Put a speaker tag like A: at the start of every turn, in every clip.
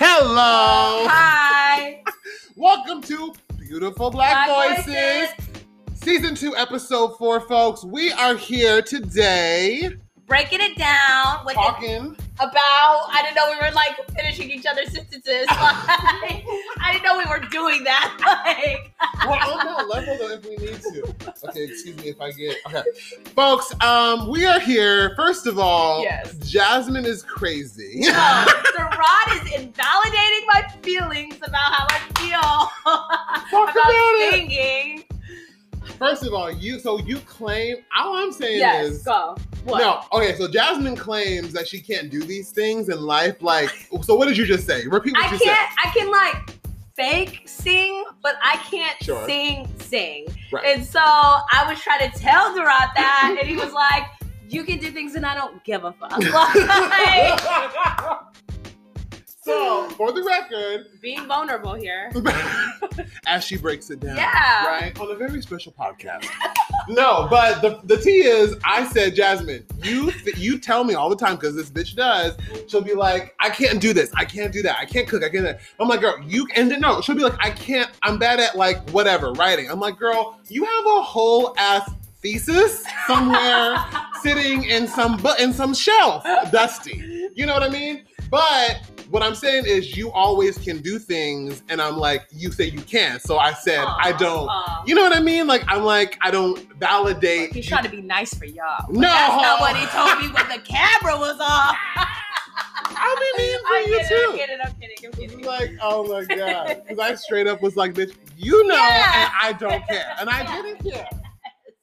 A: Hello.
B: Hi.
A: Welcome to Beautiful Black,
B: Black
A: Voices. Season 2, Episode 4, folks. We are here today
B: Breaking it down with
A: talking.
B: about I didn't know we were like finishing each other's sentences. Like, I didn't know we were doing that. Like
A: We're on that level, though, if we need to. Okay, excuse me if I get. Okay. Folks, um, we are here. First of all,
B: Yes.
A: Jasmine is crazy.
B: no, Sarad is invalidating my feelings about how I feel
A: Talk
B: about
A: about it.
B: singing.
A: First of all, you so you claim all I'm saying
B: Yes,
A: is
B: go. What?
A: No, okay, so Jasmine claims that she can't do these things in life. Like, so what did you just say? Repeat what
B: I
A: you
B: can't I can like fake sing, but I can't
A: Sure.
B: sing sing.
A: said. Right.
B: And so I was trying to tell Durat that, and he was like, "You can do things, and I don't give a fuck." Like,
A: so, for the record,
B: being vulnerable here.
A: as she breaks it down,
B: Yeah.
A: right, on a very special podcast. no, but the, the tea is, I said, Jasmine, you th- you tell me all the time because this bitch does. She'll be like, I can't do this, I can't do that, I can't cook, I can't. That. I'm like, girl, you and then no, she'll be like, I can't. I'm bad at like whatever writing. I'm like, girl, you have a whole ass thesis somewhere sitting in some but in some shelf, dusty. You know what I mean? But what I'm saying is, you always can do things, and I'm like, you say you can, so I said I
B: Aw,
A: don't.
B: aw.
A: You know what I mean? Like I'm like I don't validate.
B: He's trying to be nice for y'all.
A: no,
B: That's not what he told me when the camera was off.
A: I'll be mean for
B: I
A: you
B: get it,
A: too.
B: I get it. I'm kidding. I'm kidding.
A: Like, oh my god. Because I straight up was like, bitch, you know,
B: Yeah.
A: and I don't care. And I didn't care.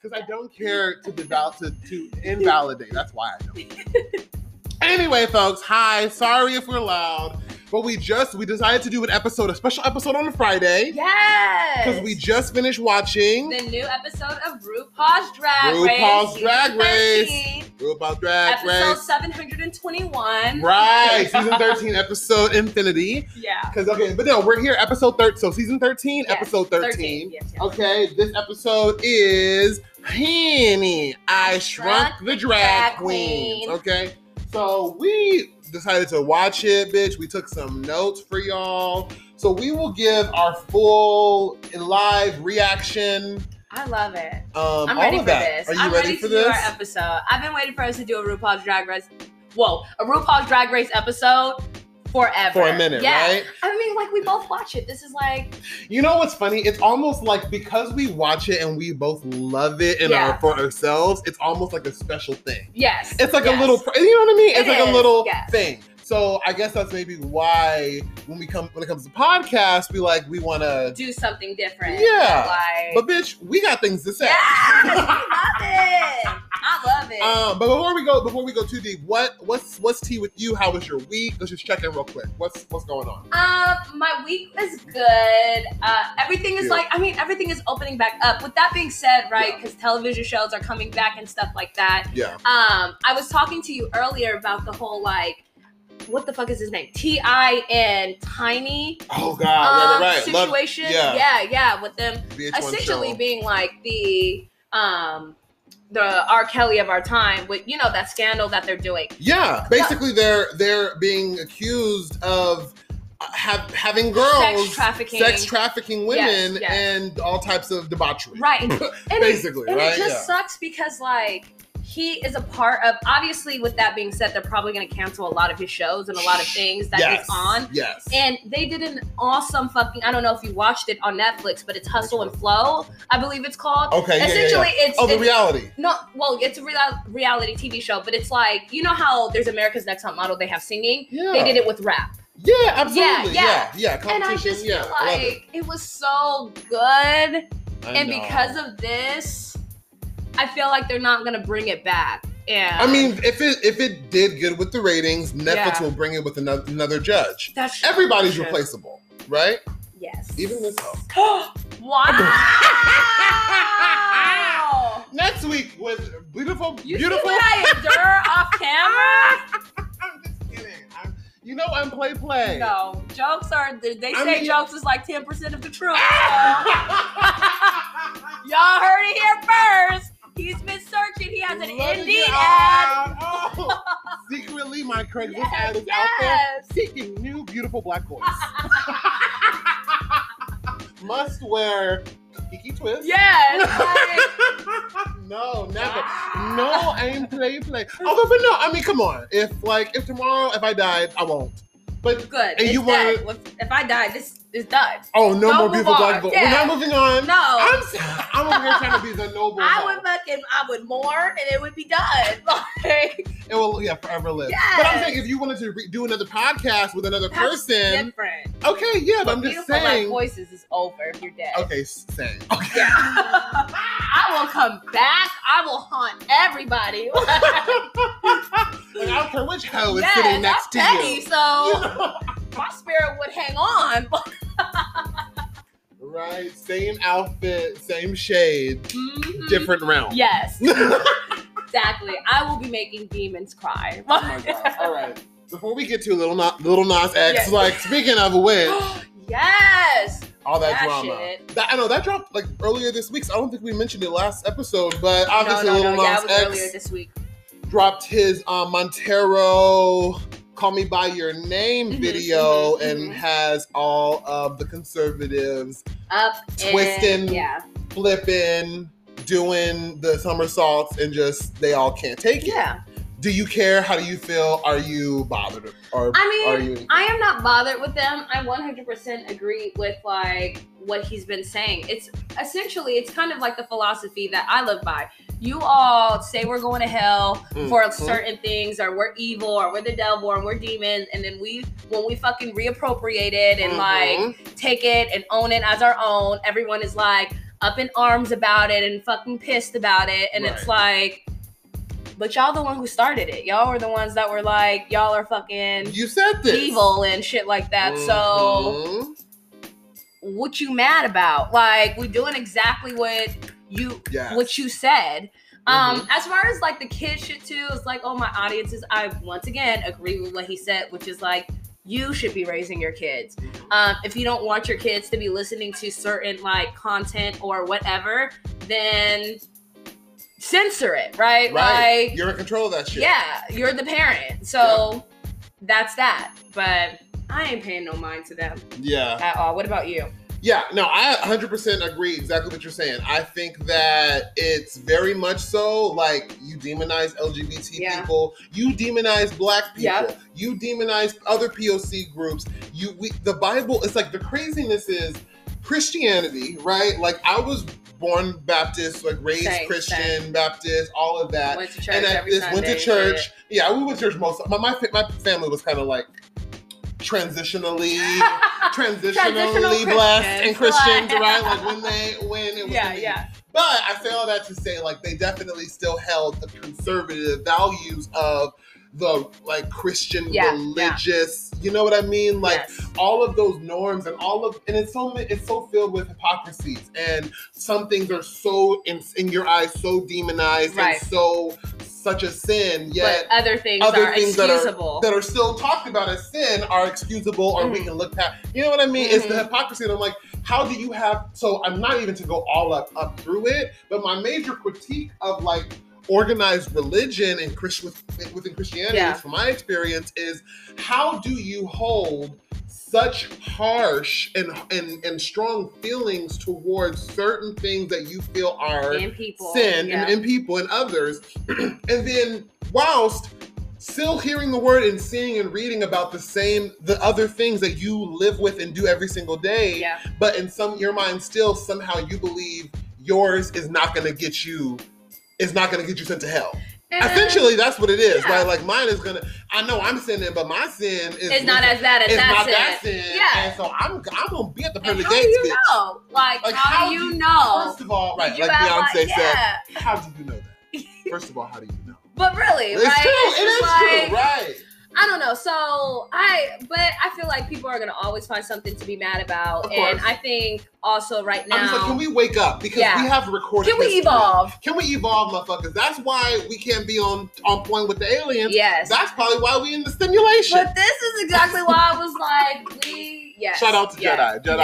A: Because I don't care to develop to, to invalidate. That's why I don't. anyway, folks, hi. Sorry if we're loud. But we just we decided to do an episode, a special episode on a Friday.
B: yes.
A: Because we just finished watching
B: the new episode of RuPaul's Drag Race.
A: RuPaul's
B: season
A: Drag Race.
B: 13,
A: RuPaul's Drag
B: Episode
A: Race.
B: 721.
A: Right, season 13, episode infinity.
B: Yeah.
A: Because okay, but no, we're here, episode 13. So season 13,
B: Yes,
A: episode 13.
B: 13. Yes, yes.
A: Okay, this episode is Penny. I shrunk the drag queens.
B: Queen.
A: Okay, so we decided to watch it, bitch. We took some notes for y'all. So we will give our full live reaction.
B: I love it.
A: Um,
B: I'm
A: all
B: ready
A: of
B: for
A: that.
B: this.
A: Are you
B: I'm
A: ready,
B: ready
A: for
B: to do
A: this?
B: our episode. I've been waiting for us to do a RuPaul's Drag Race. Whoa, a RuPaul's Drag Race episode forever.
A: for a minute,
B: yeah.
A: right?
B: I mean, like we both watch it. This is like
A: You know what's funny? It's almost like because we watch it and we both love it and
B: Yeah.
A: are for ourselves, it's almost like a special thing.
B: yes.
A: It's like
B: yes.
A: a little, pr- you know what I mean? It's
B: It
A: like a
B: is,
A: little
B: yes.
A: thing. So I guess that's maybe why when we come when it comes to podcasts, we like we want to.
B: do something different.
A: Yeah.
B: Like
A: But bitch, we got things to say.
B: yes, I love it. I love it.
A: Um, but before we go, before we go too deep, what what's what's tea with you? How was your week? Let's just check in real quick. What's what's going on?
B: Um, my week was good. Uh, everything is
A: Yeah.
B: like, I mean, everything is opening back up. With that being said, right, because television shows are coming back and stuff like that.
A: Yeah.
B: Um, I was talking to you earlier about the whole like, what the fuck is his name? Ti and Tiny
A: Oh God,
B: um,
A: right, right, right. Love
B: situation.
A: yeah.
B: yeah, yeah, with them
A: VH1 show.
B: essentially being like the um the R. Kelly of our time with you know that scandal that they're doing.
A: Yeah, basically they're they're being accused of uh, have having girls
B: Sex trafficking.
A: sex trafficking women
B: Yes, yes.
A: and all types of debauchery.
B: Right. And it-
A: Basically,
B: and
A: right?
B: it just sucks because like he is a part of obviously with that being said, they're probably gonna cancel a lot of his shows and a lot of things that
A: yes.
B: he's on.
A: Yes.
B: And they did an awesome fucking I don't know if you watched it on Netflix, but it's Hustle and Flow, I believe it's
A: okay.
B: called.
A: Oh, yeah, yeah, yeah.
B: Essentially it's,
A: Oh, the
B: it's-
A: reality.
B: no, well, it's a real, reality TV show, but it's like you know how there's America's Next Top Model. They have singing.
A: Yeah.
B: They did it with rap.
A: Yeah, absolutely.
B: yeah.
A: Yeah, yeah. Competition.
B: and I just
A: yeah.
B: feel
A: I love
B: like
A: it.
B: it. was so good,
A: I
B: and
A: know.
B: because of this, I feel like they're not gonna bring it back. Yeah,
A: I mean, if it if it did good with the ratings, Netflix
B: Yeah.
A: will bring it with another another judge.
B: that's true.
A: Everybody's
B: That's true.
A: replaceable, right?
B: Yes,
A: Even this hoe.
B: wow!
A: Next week with beautiful,
B: you see
A: beautiful
B: what I endure off camera?
A: I'm just kidding. I'm, you know I'm play play.
B: No, jokes are. They say
A: I mean-
B: jokes is like ten percent of the truth. so- Y'all heard it here first. He's been searching. He has an
A: Look
B: Indeed
A: at-
B: ad.
A: Oh, secretly see my Craigslist
B: Yes,
A: ad is
B: yes.
A: out there seeking new beautiful black boys. Must wear Kiki Twist.
B: Yes.
A: no, never. No, I ain't play play. Although, but no, I mean, come on. If like if tomorrow if I died, I won't. But
B: like, good.
A: And
B: it's
A: you wanna-
B: done. If- If I die, this is done.
A: oh, no
B: Don't
A: more
B: move
A: beautiful black
B: on.
A: boys.
B: Yeah.
A: We're not moving on.
B: No.
A: I'm I'm over here trying to be the noble.
B: I
A: hoe.
B: would fucking, I would mourn and it would be done. Like,
A: It will, yeah, forever live.
B: Yes.
A: But I'm saying if you wanted to re- do another podcast with another
B: That's
A: person,
B: different.
A: okay, yeah, but I'm just
B: Beautiful
A: saying.
B: Black Voices is over if you're dead.
A: Okay, s- same. Okay.
B: I will come back. I will haunt everybody.
A: Like, I don't care which hoe is
B: Yes,
A: sitting next to
B: I'm petty,
A: you.
B: So my spirit would hang on.
A: Right, same outfit, same shade,
B: Mhm.
A: different realm.
B: Yes,
A: oh
B: exactly. I will be making demons cry.
A: Oh my god! All right. Before we get to little Nas, little Nas X,
B: Yes.
A: like speaking of which,
B: yes.
A: all that,
B: That
A: drama.
B: shit.
A: That, I know that dropped like earlier this week. So I don't think we mentioned it last episode, but obviously
B: no, no,
A: little
B: no. Yeah,
A: Nas
B: it was
A: X.
B: earlier this week.
A: dropped his uh, Montero "Call Me by Your Name"
B: Mhm,
A: video
B: mhm,
A: and
B: mhm.
A: has all of the conservatives
B: Up
A: Twisting.
B: And, yeah.
A: flipping, doing the somersaults, and just they all can't take it.
B: Yeah.
A: Do you care? How do you feel? Are you bothered? Or
B: I mean,
A: are you?
B: I am not bothered with them. I 100% agree with like what he's been saying. It's essentially it's kind of like the philosophy that I live by. You all say we're going to hell
A: Mm,
B: for
A: mm.
B: certain things, or we're evil, or we're the devil, and we're demons, and then we when we fucking reappropriate it and like
A: Mhm.
B: take it and own it as our own. Everyone is like up in arms about it and fucking pissed about it. And it's like, but y'all the one who started it. Y'all were the ones that were like, y'all are fucking
A: you said this
B: evil and shit like that. So
A: Mhm.
B: what you mad about? Like we doing exactly what you
A: Yes. Mm-hmm.
B: what you said. Um, as far as like the kid shit too, it's like, oh my audiences, I once again agree with what he said, which is like, you should be raising your kids
A: Mm-hmm.
B: um, if you don't want your kids to be listening to certain like content or whatever, then censor it, right?
A: right.
B: Like,
A: You're in control of that shit.
B: yeah, you're the parent, so that's that. But I ain't paying no mind to them
A: Yeah.
B: at all. What about you?
A: Yeah, no, I 100% agree exactly what you're saying. I think that it's very much so like you demonize LGBT
B: Yeah.
A: people, you demonize black people,
B: Yep.
A: you demonize other POC groups. You we, the Bible it's like the craziness is Christianity, right? Like I was born Baptist, like raised
B: Same,
A: Christian, Baptist, all of that.
B: Went to church
A: Uh, And I
B: every
A: just
B: Sunday.
A: went to
B: and
A: church.
B: shit.
A: Yeah, we went to church most. My my, fa- my family was kind of like transitionally
B: Transitional
A: transitionally
B: Christians,
A: blessed and Christians,
B: like-
A: right? Like when they when it was
B: yeah,
A: convenient.
B: yeah,
A: But I say all that to say like they definitely still held the conservative values of the like Christian
B: Yeah, yeah.
A: religious, you know what I mean? Like
B: yes.
A: all of those norms and all of and it's so ma- it's so filled with hypocrisies and some things are so in, in your eyes so demonized
B: Right.
A: and so such a sin yet
B: but other things
A: other
B: are
A: things that are-
B: excusable.
A: that are still talked about as sin are excusable or we
B: Mhm.
A: can look past. You know what I mean? It's the
B: Mhm.
A: hypocrisy. And I'm like, how do you have so I'm not even to go all up up through it, but my major critique of like organized religion and Chris with, within Christianity,
B: Yeah.
A: from my experience, is how do you hold such harsh and, and and strong feelings towards certain things that you feel are
B: and people
A: sin
B: yeah.
A: and, and people and others, and then whilst still hearing the word and seeing and reading about the same the other things that you live with and do every single day,
B: yeah,
A: but in some your mind still somehow you believe yours is not going to get you is not going to get you sent to hell. Essentially, that's what it is,
B: yeah.
A: right? Like mine is gonna. I know I'm sinning, but my sin is
B: it's not as bad as
A: it's
B: that.
A: not
B: sin.
A: that sin.
B: Yeah.
A: and so I'm I'm gonna be at the
B: And
A: pearly
B: how do you
A: gates, bitch.
B: know? Like,
A: Like,
B: how, do you know?
A: First of all, right,
B: You
A: like
B: act
A: Beyonce said,
B: like- yeah.
A: how do you know that? First of all, how do you know?
B: But really,
A: It's
B: right?
A: true.
B: It's
A: It
B: just
A: is
B: like-
A: true, right?
B: I don't know. So I, but I feel like people are gonna always find something to be mad
A: Of
B: about,
A: course.
B: and I think also right
A: I'm just
B: now,
A: like, can we wake up because
B: Yeah.
A: we have recorded.
B: can we
A: history.
B: evolve?
A: Can we evolve, motherfuckers? That's why we can't be on on point with the aliens.
B: Yes.
A: That's probably why we in the stimulation.
B: But this is exactly why I was like, we Yes.
A: Shout out to
B: yes.
A: Jedi. Jedi.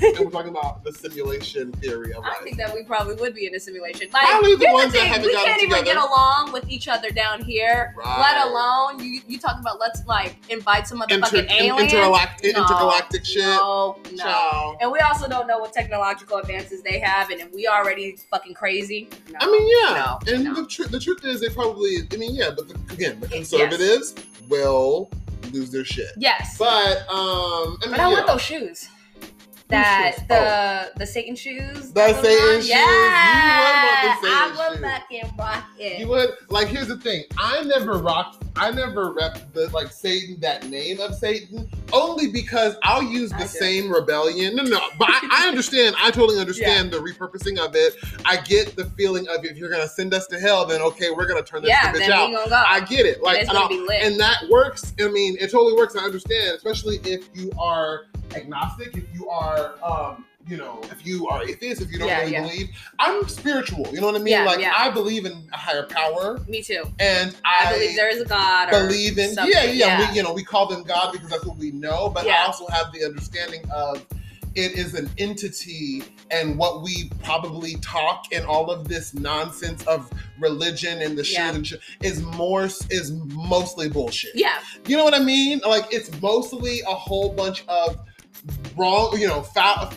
B: Yeah.
A: And we're talking about the simulation theory of
B: I
A: life.
B: think that we probably would be in a simulation. Like,
A: Probably the
B: here's
A: ones that
B: thing,
A: haven't
B: we
A: gotten
B: can't even get
A: together.
B: along with each other down here.
A: Right.
B: Let alone you. You talk about let's like invite some
A: Inter-
B: motherfucking
A: in-
B: aliens.
A: intergalactic,
B: No,
A: intergalactic shit.
B: No, no.
A: Child.
B: And we also don't know what technological advances they have, and if we already fucking crazy. No.
A: I mean, yeah.
B: No,
A: and
B: no.
A: The, tr- the truth is, they probably, I mean, yeah, but the, again, the conservatives will lose their shit.
B: yes. But,
A: But, um, I mean,
B: I
A: yeah.
B: want those shoes. That
A: shoes? Oh.
B: the the Satan shoes.
A: The
B: that was
A: Satan
B: on-
A: shoes. You would want the
B: Yeah,
A: Satan
B: I
A: shoes.
B: would fucking rock it.
A: You would like. Here's the thing. I never rocked. I never rep the like Satan. That name of Satan only because I'll use the
B: I do.
A: same rebellion. No, no. no, But I, I understand. I totally understand the repurposing of it. I get the feeling of if you're gonna send us to hell, then okay, we're gonna turn this
B: yeah,
A: bitch
B: then
A: out.
B: we gonna go.
A: I get it. Like,
B: it's
A: and,
B: gonna
A: I'll-
B: be lit.
A: and that works. I mean, it totally works. I understand, especially if you are agnostic, if you are, um, you know, if you are atheist, if you don't
B: Yeah,
A: really
B: yeah.
A: believe. I'm spiritual. You know what I mean?
B: Yeah,
A: like,
B: yeah.
A: I believe in a higher power,
B: Me too.
A: and
B: I,
A: I,
B: believe there is a God. Or
A: believe in.
B: something.
A: Yeah, yeah. We, you know, we call them God because that's what we know. But I
B: Yeah.
A: also have the understanding of. It is an entity, and what we probably talk and all of this nonsense of religion and the shit
B: Yeah.
A: and shit is more is mostly bullshit.
B: yeah,
A: You know what I mean? Like it's mostly a whole bunch of wrong, you know, fa-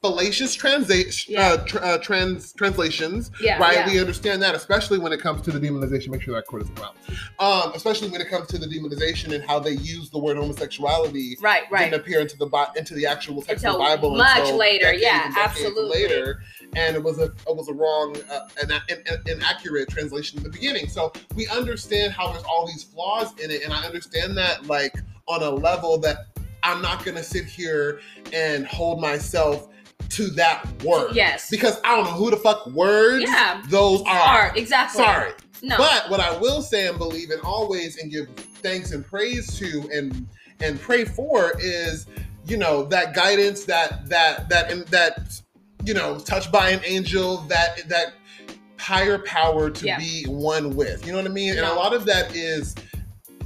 A: fallacious transa-
B: Yeah.
A: uh, tr- uh, trans translations.
B: yeah,
A: right?
B: yeah.
A: We understand that, especially when it comes to the demonization. Make sure that quote is out. Um, especially when it comes to the demonization and how they use the word homosexuality
B: right, right.
A: didn't appear into the Bi- into the actual text of the
B: Until
A: Bible
B: much
A: until
B: later.
A: decades
B: Yeah,
A: and decades
B: absolutely.
A: Later, and it was a it was a wrong, uh, an, an, an inaccurate translation in the beginning. So we understand how there's all these flaws in it, and I understand that like on a level that I'm not gonna sit here and hold myself to that word.
B: yes,
A: Because I don't know who the fuck words
B: Yeah.
A: those are.
B: Are, exactly.
A: Sorry.
B: no,
A: But what I will say and believe in always and give thanks and praise to and and pray for is, you know, that guidance that that that and that you know, touched by an angel that that higher power to
B: Yeah.
A: be one with. You know what I mean? And a
B: No.
A: lot of that is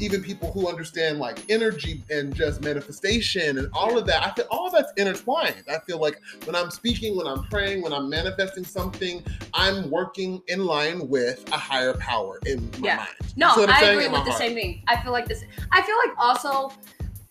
A: even people who understand like energy and just manifestation and all of that, I feel all that's intertwined. I feel like when I'm speaking, when I'm praying, when I'm manifesting something, I'm working in line with a higher power in my
B: Yeah.
A: mind. You
B: no,
A: see what I'm
B: I
A: saying?
B: agree
A: In
B: with
A: my
B: the
A: heart.
B: same thing. I feel like this. I feel like also.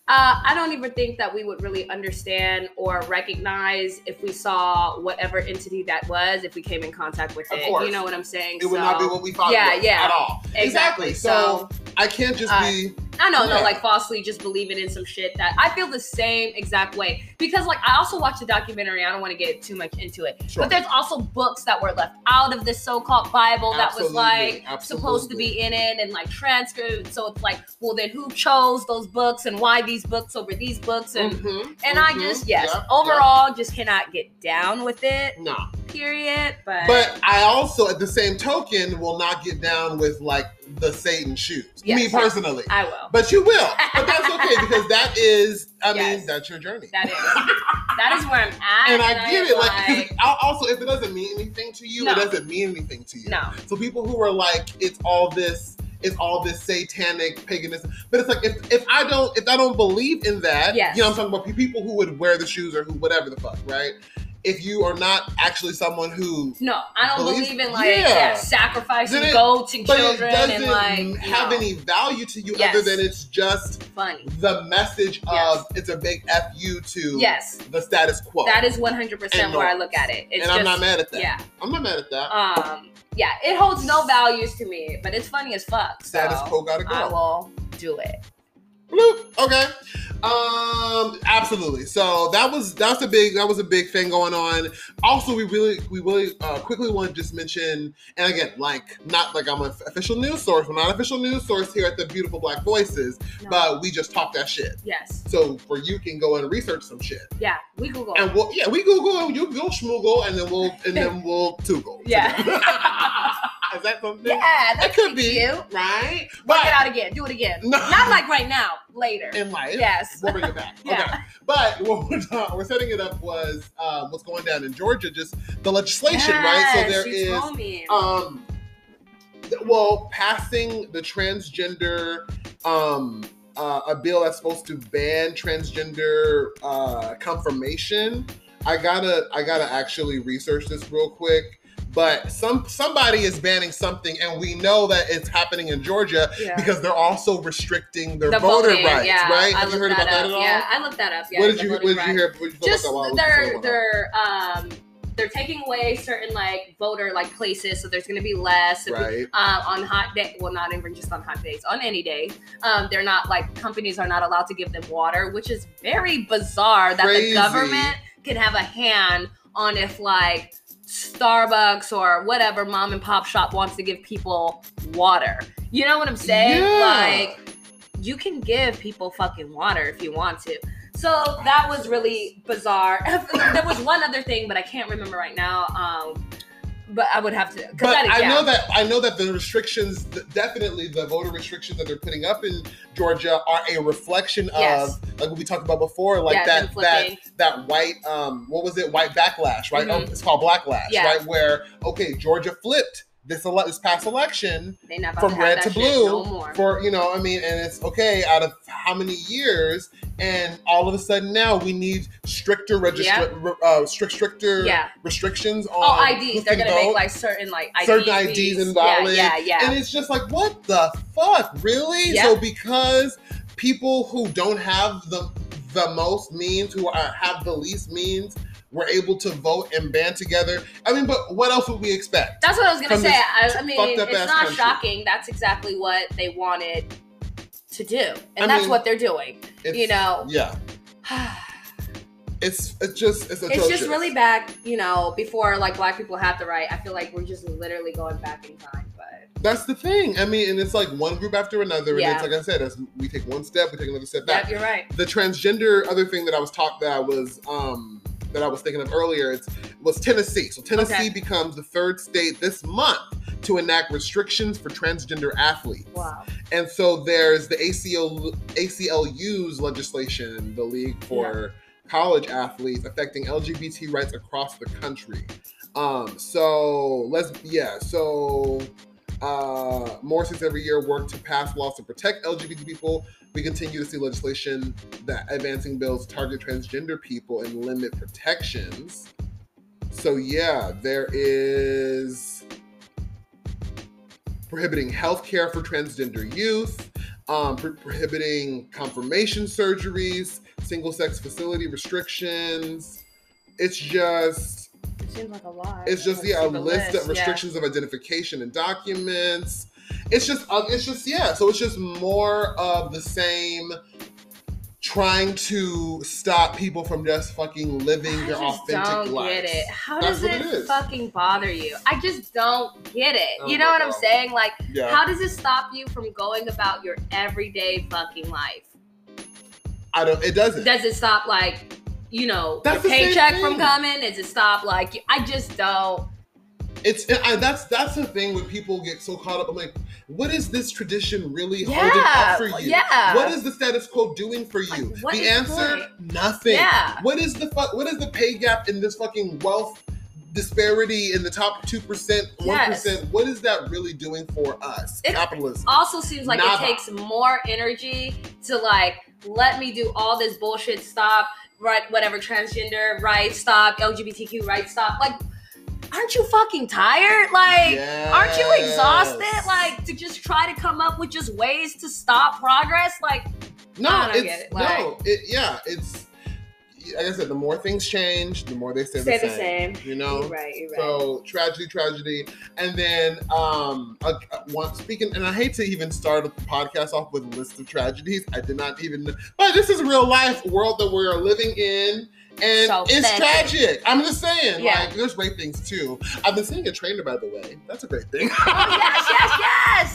B: Uh, I don't even think that we would really understand or recognize if we saw whatever entity that was if we came in contact with
A: Of
B: it.
A: course.
B: You know what I'm saying?
A: It would
B: So-
A: not be what we thought
B: Yeah,
A: it was
B: yeah.
A: at all.
B: exactly.
A: So, I can't just
B: uh,
A: be
B: I don't know,
A: Yeah.
B: like falsely just believing in some shit that I feel the same exact way. Because like I also watched a documentary, I don't want to get too much into it.
A: Sure.
B: But there's also books that were left out of this so-called Bible
A: Absolutely,
B: that was like supposed to
A: absolutely.
B: be in it and like transcribed. So it's like, well then who chose those books and why these books over these books and
A: Mhm,
B: and
A: mhm,
B: I just yes,
A: yeah, yeah.
B: overall just cannot get down with it.
A: no.
B: Period. But,
A: But I also, at the same token, will not get down with like the Satan shoes.
B: Yes.
A: Me personally.
B: I will.
A: But you will. But that's okay because that is, I mean,
B: Yes.
A: that's your journey.
B: That is that is where I'm at.
A: and I get
B: I'm
A: it. Like, 'cause it- I'll- also, if it doesn't mean anything to you, it
B: No.
A: doesn't mean anything to you.
B: no.
A: So people who are like, it's all this, it's all this satanic paganism. But it's like, if, if I don't, if I don't believe in that,
B: Yes.
A: you know, what I'm talking about people who would wear the shoes or who, whatever the fuck, right? If you are not actually someone who
B: No, I don't
A: Believe-
B: believe in like
A: Yeah.
B: yeah, sacrificing
A: Then it-
B: goats and
A: but
B: children
A: it doesn't
B: and like
A: have
B: no,
A: any value to you
B: Yes.
A: other than it's just
B: funny.
A: the message
B: Yes.
A: of it's a big fu to
B: Yes,
A: the status quo.
B: that is one hundred percent
A: And
B: where I
A: norms.
B: look at it. It's
A: and
B: just
A: I'm not mad at that.
B: yeah,
A: I'm not mad at that.
B: um, yeah, it holds no values to me, but it's funny as fuck. So um,
A: status quo gotta
B: I
A: go.
B: will do it.
A: Bloop. Okay. Um. Absolutely. So that was that's a big that was a big thing going on. Also, we really we really uh, quickly want to just mention and again like not like I'm an official news source. We're not an official news source here at the Beautiful Black Voices,
B: No.
A: but we just talk that shit.
B: yes,
A: So for you can go and research some shit.
B: yeah, we Google.
A: And we'll yeah, we Google and you go schmoogle and then we'll and then we'll Google.
B: Yeah.
A: Is that something?
B: yeah, that,
A: That could
B: could
A: be.
B: be you.
A: Right?
B: Work it
A: But
B: out again. Do it again.
A: No.
B: Not like right now. Later.
A: in life.
B: yes.
A: We'll bring it back.
B: Yeah.
A: Okay. But what we're, not- we're setting it up was um, what's going down in Georgia, just the legislation, right? So there
B: you
A: is uh,
B: told me.
A: um th- well passing the transgender um uh, a bill that's supposed to ban transgender uh, confirmation. I gotta I gotta actually research this real quick. But some somebody is banning something, and we know that it's happening in Georgia
B: Yeah.
A: because they're also restricting their
B: The
A: voter
B: voting,
A: rights,
B: yeah.
A: right?
B: I
A: Have you
B: looked
A: heard about that
B: up.
A: at all?
B: Yeah, I looked that up. Yeah,
A: what did
B: the
A: you What
B: voting
A: did you
B: rights.
A: hear? What did you feel
B: just
A: about that?
B: they're they're um they're taking away certain like voter like places so there's gonna be less and
A: right.
B: um, on hot day well not even just on hot days on any day um, they're not like companies are not allowed to give them water which is very bizarre that
A: Crazy.
B: the government can have a hand on if like starbucks or whatever mom and pop shop wants to give people water you know what i'm saying
A: Yeah.
B: like you can give people fucking water if you want to. So that was really bizarre. there was one other thing, but I can't remember right now. Um, but I would have to. 'cause
A: But
B: that is-
A: I
B: yeah.
A: know that I know that the restrictions, th- definitely the voter restrictions that they're putting up in Georgia, are a reflection
B: Yes.
A: of like what we talked about before, uh, like
B: Yeah,
A: that
B: them
A: that
B: flipping.
A: that white um what was it white backlash, right?
B: Mhm.
A: Oh, it's called blacklash,
B: Yeah.
A: right? Where okay, Georgia flipped this ele- this past election
B: They not about
A: from
B: have
A: red
B: that
A: to
B: shit
A: blue
B: no more.
A: for you know I mean, and it's okay out of how many years, and all of a sudden now we need stricter registra- re- uh, strict stricter
B: yeah.
A: restrictions on
B: Oh,
A: who
B: IDs. They're
A: can
B: gonna make
A: vote.
B: like certain like IDs.
A: uh, Certain IDs and valid.
B: Yeah, yeah, yeah.
A: And it's just like, what the fuck, really?
B: Yeah.
A: So because people who don't have the the most means, who are, have the least means, were able to vote and band together. I mean, but what else would we expect?
B: That's what I was gonna
A: From
B: say.
A: this
B: I, I mean,
A: fucked up
B: it's
A: ass
B: not
A: country.
B: shocking. That's exactly what they wanted to do, and
A: I
B: that's
A: mean,
B: what they're doing.
A: It's,
B: You know.
A: Yeah. It's it's just it's atrocious.
B: it's just really back, you know, before like black people had the right. I feel like we're just literally going back in time, but
A: That's the thing. I mean, and it's like one group after another,
B: Yeah.
A: and it's like I said, as we take one step, we take another step back.
B: yeah, you're right.
A: the transgender other thing that I was taught that I was um that I was thinking of earlier it's was Tennessee. So Tennessee
B: Okay.
A: becomes the third state this month to enact restrictions for transgender athletes.
B: Wow.
A: And so there's the ACL ACLU's legislation, the League for College Athletes, affecting LGBT rights across the country. Um, so let's yeah, so uh Morrison's every year work to pass laws to protect LGBT people. We continue to see legislation that advancing bills target transgender people and limit protections. So yeah, there is prohibiting health care for transgender youth, um, pro- prohibiting confirmation surgeries, single sex facility restrictions. It's just
B: It seems like a lot.
A: it's just
B: Like,
A: yeah, a
B: super
A: list of
B: yeah.
A: restrictions of identification and documents. It's just uh, it's just yeah, so it's just more of the same trying to stop people from just fucking living
B: I
A: their
B: just
A: authentic
B: don't
A: lives.
B: get it. How
A: That's
B: does
A: what it
B: it
A: is.
B: fucking bother you? I just don't get it.
A: Oh
B: you
A: my
B: know what I'm
A: God.
B: saying? Like,
A: Yeah.
B: how does it stop you from going about your everyday fucking life?
A: I don't it doesn't.
B: Does it stop like, you know,
A: That's
B: your
A: the same
B: paycheck
A: thing.
B: from coming? Does it stop like I just don't?
A: It's and I, that's that's the thing when people get so caught up. I'm like, what is this tradition really
B: Yeah,
A: holding up for you?
B: yeah.
A: What is the status quo doing for you?
B: Like, what
A: the
B: is
A: answer,
B: it?
A: nothing.
B: Yeah.
A: What is the fuck? What is the pay gap in this fucking wealth disparity in the top two percent, one percent? What is that really doing for us?
B: It-
A: Capitalism.
B: also seems like
A: Nada.
B: it takes more energy to like let me do all this bullshit stop right whatever transgender right stop lgbtq right stop like aren't you fucking tired like aren't you exhausted
A: Yes.
B: like to just try to come up with just ways to stop progress like I
A: No,
B: don't
A: it's
B: get it,
A: no, it yeah, it's like I said. The more things change, the more they stay,
B: Stay
A: the,
B: the
A: same, You know,
B: you're right you're right
A: So tragedy, tragedy, and then um, uh, one speaking. And I hate to even start the podcast off with a list of tragedies. I did not even, but this is real life world that we're living in, and
B: So
A: it's
B: sad.
A: tragic. I'm just saying,
B: Yeah.
A: like, there's great things too. I've been seeing a trainer, by the way. That's a great thing.
B: oh, yes yes yes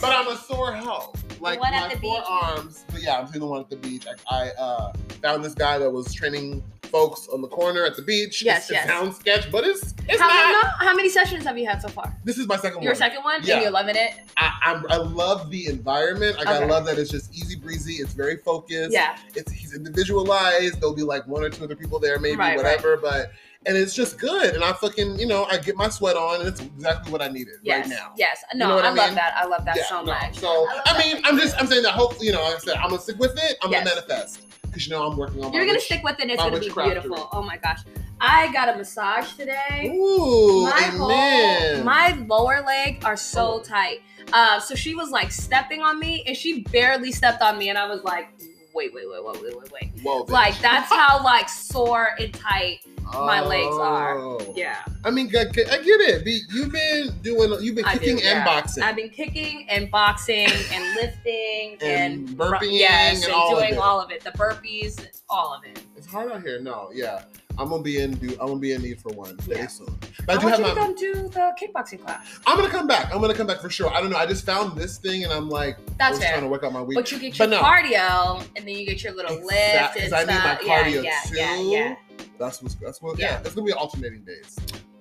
A: But uh, I'm a sore hoe. Like
B: one at
A: my
B: the beach.
A: forearms. But yeah, I'm doing the one at the beach. I, I uh, found this guy that was training folks on the corner at the beach.
B: Yes,
A: It
B: yes.
A: sounds sketch, but it's it's
B: how,
A: not.
B: no, how many sessions have you had so far
A: This is my second
B: your
A: one.
B: second one
A: Yeah.
B: and you're loving it
A: I, I'm, I love the environment. Like, I
B: Okay.
A: love that it's just easy breezy. It's very focused.
B: yeah
A: It's he's individualized. There'll be like one or two other people there, maybe
B: Right, right.
A: whatever. But and it's just good. And I fucking, you know, I get my sweat on, and it's exactly what I needed
B: Yes.
A: right now.
B: Yes. No,
A: know what
B: I,
A: I
B: love
A: mean?
B: that. I love that
A: Yeah,
B: so
A: no.
B: much.
A: So
B: I love
A: I
B: that
A: mean,
B: for
A: I'm
B: you.
A: just I'm saying that hopefully, you know, like I said, I'm gonna stick with it. I'm
B: Yes.
A: gonna manifest because you know I'm working on.
B: You're
A: my
B: gonna
A: witch-
B: stick with it. It's
A: my
B: gonna be
A: witchcraft
B: beautiful.
A: route.
B: Oh my gosh, I got a massage today.
A: Ooh,
B: my
A: amen.
B: whole, my lower leg are so
A: Oh.
B: tight. Uh, so she was like stepping on me, and she barely stepped on me, and I was like, wait, wait, wait, wait, wait, wait, wait.
A: Whoa, bitch.
B: Like that's how like sore and tight. my legs are.
A: Oh.
B: Yeah,
A: I mean, I get I get it. Be- You've been doing, you've been
B: I do,
A: kicking and
B: yeah.
A: boxing.
B: I've been kicking and boxing and lifting
A: And
B: and,
A: burping
B: yes,
A: and
B: and
A: all of
B: doing
A: it.
B: all of it. The burpees, all of it.
A: it's hard out here. No, yeah, I'm gonna be in. Do I'm gonna be in need for one very
B: Yeah.
A: soon. But I do
B: want
A: have
B: you
A: my.
B: to come do the kickboxing class.
A: I'm gonna come back. I'm gonna come back for sure. I don't know. I just found this thing, and I'm like, I
B: That's
A: was
B: fair.
A: trying to work out my week.
B: But you get your
A: But no.
B: cardio, and then you get your little lift
A: Exact-
B: and
A: 'cause I need my
B: stuff.
A: cardio
B: yeah,
A: too.
B: yeah, yeah, yeah.
A: That's what's that's what yeah.
B: Yeah.
A: It's gonna be alternating days.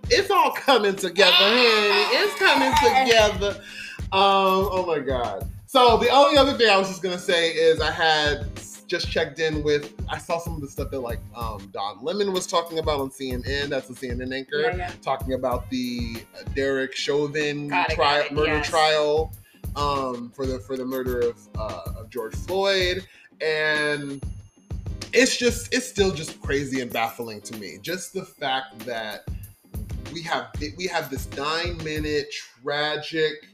A: It's all coming together, honey. It's coming together. Um, oh my god. So the only other thing I was just gonna say is I had just checked in with I saw some of the stuff that like um, Don Lemon was talking about on CNN. That's a CNN anchor
B: Yeah, yeah.
A: talking about the uh, Derek Chauvin
B: Got it,
A: trial,
B: got it,
A: murder
B: yes.
A: trial um, for the for the murder of, uh, of George Floyd, and it's just it's still just crazy and baffling to me. Just the fact that we have we have this nine minute tragic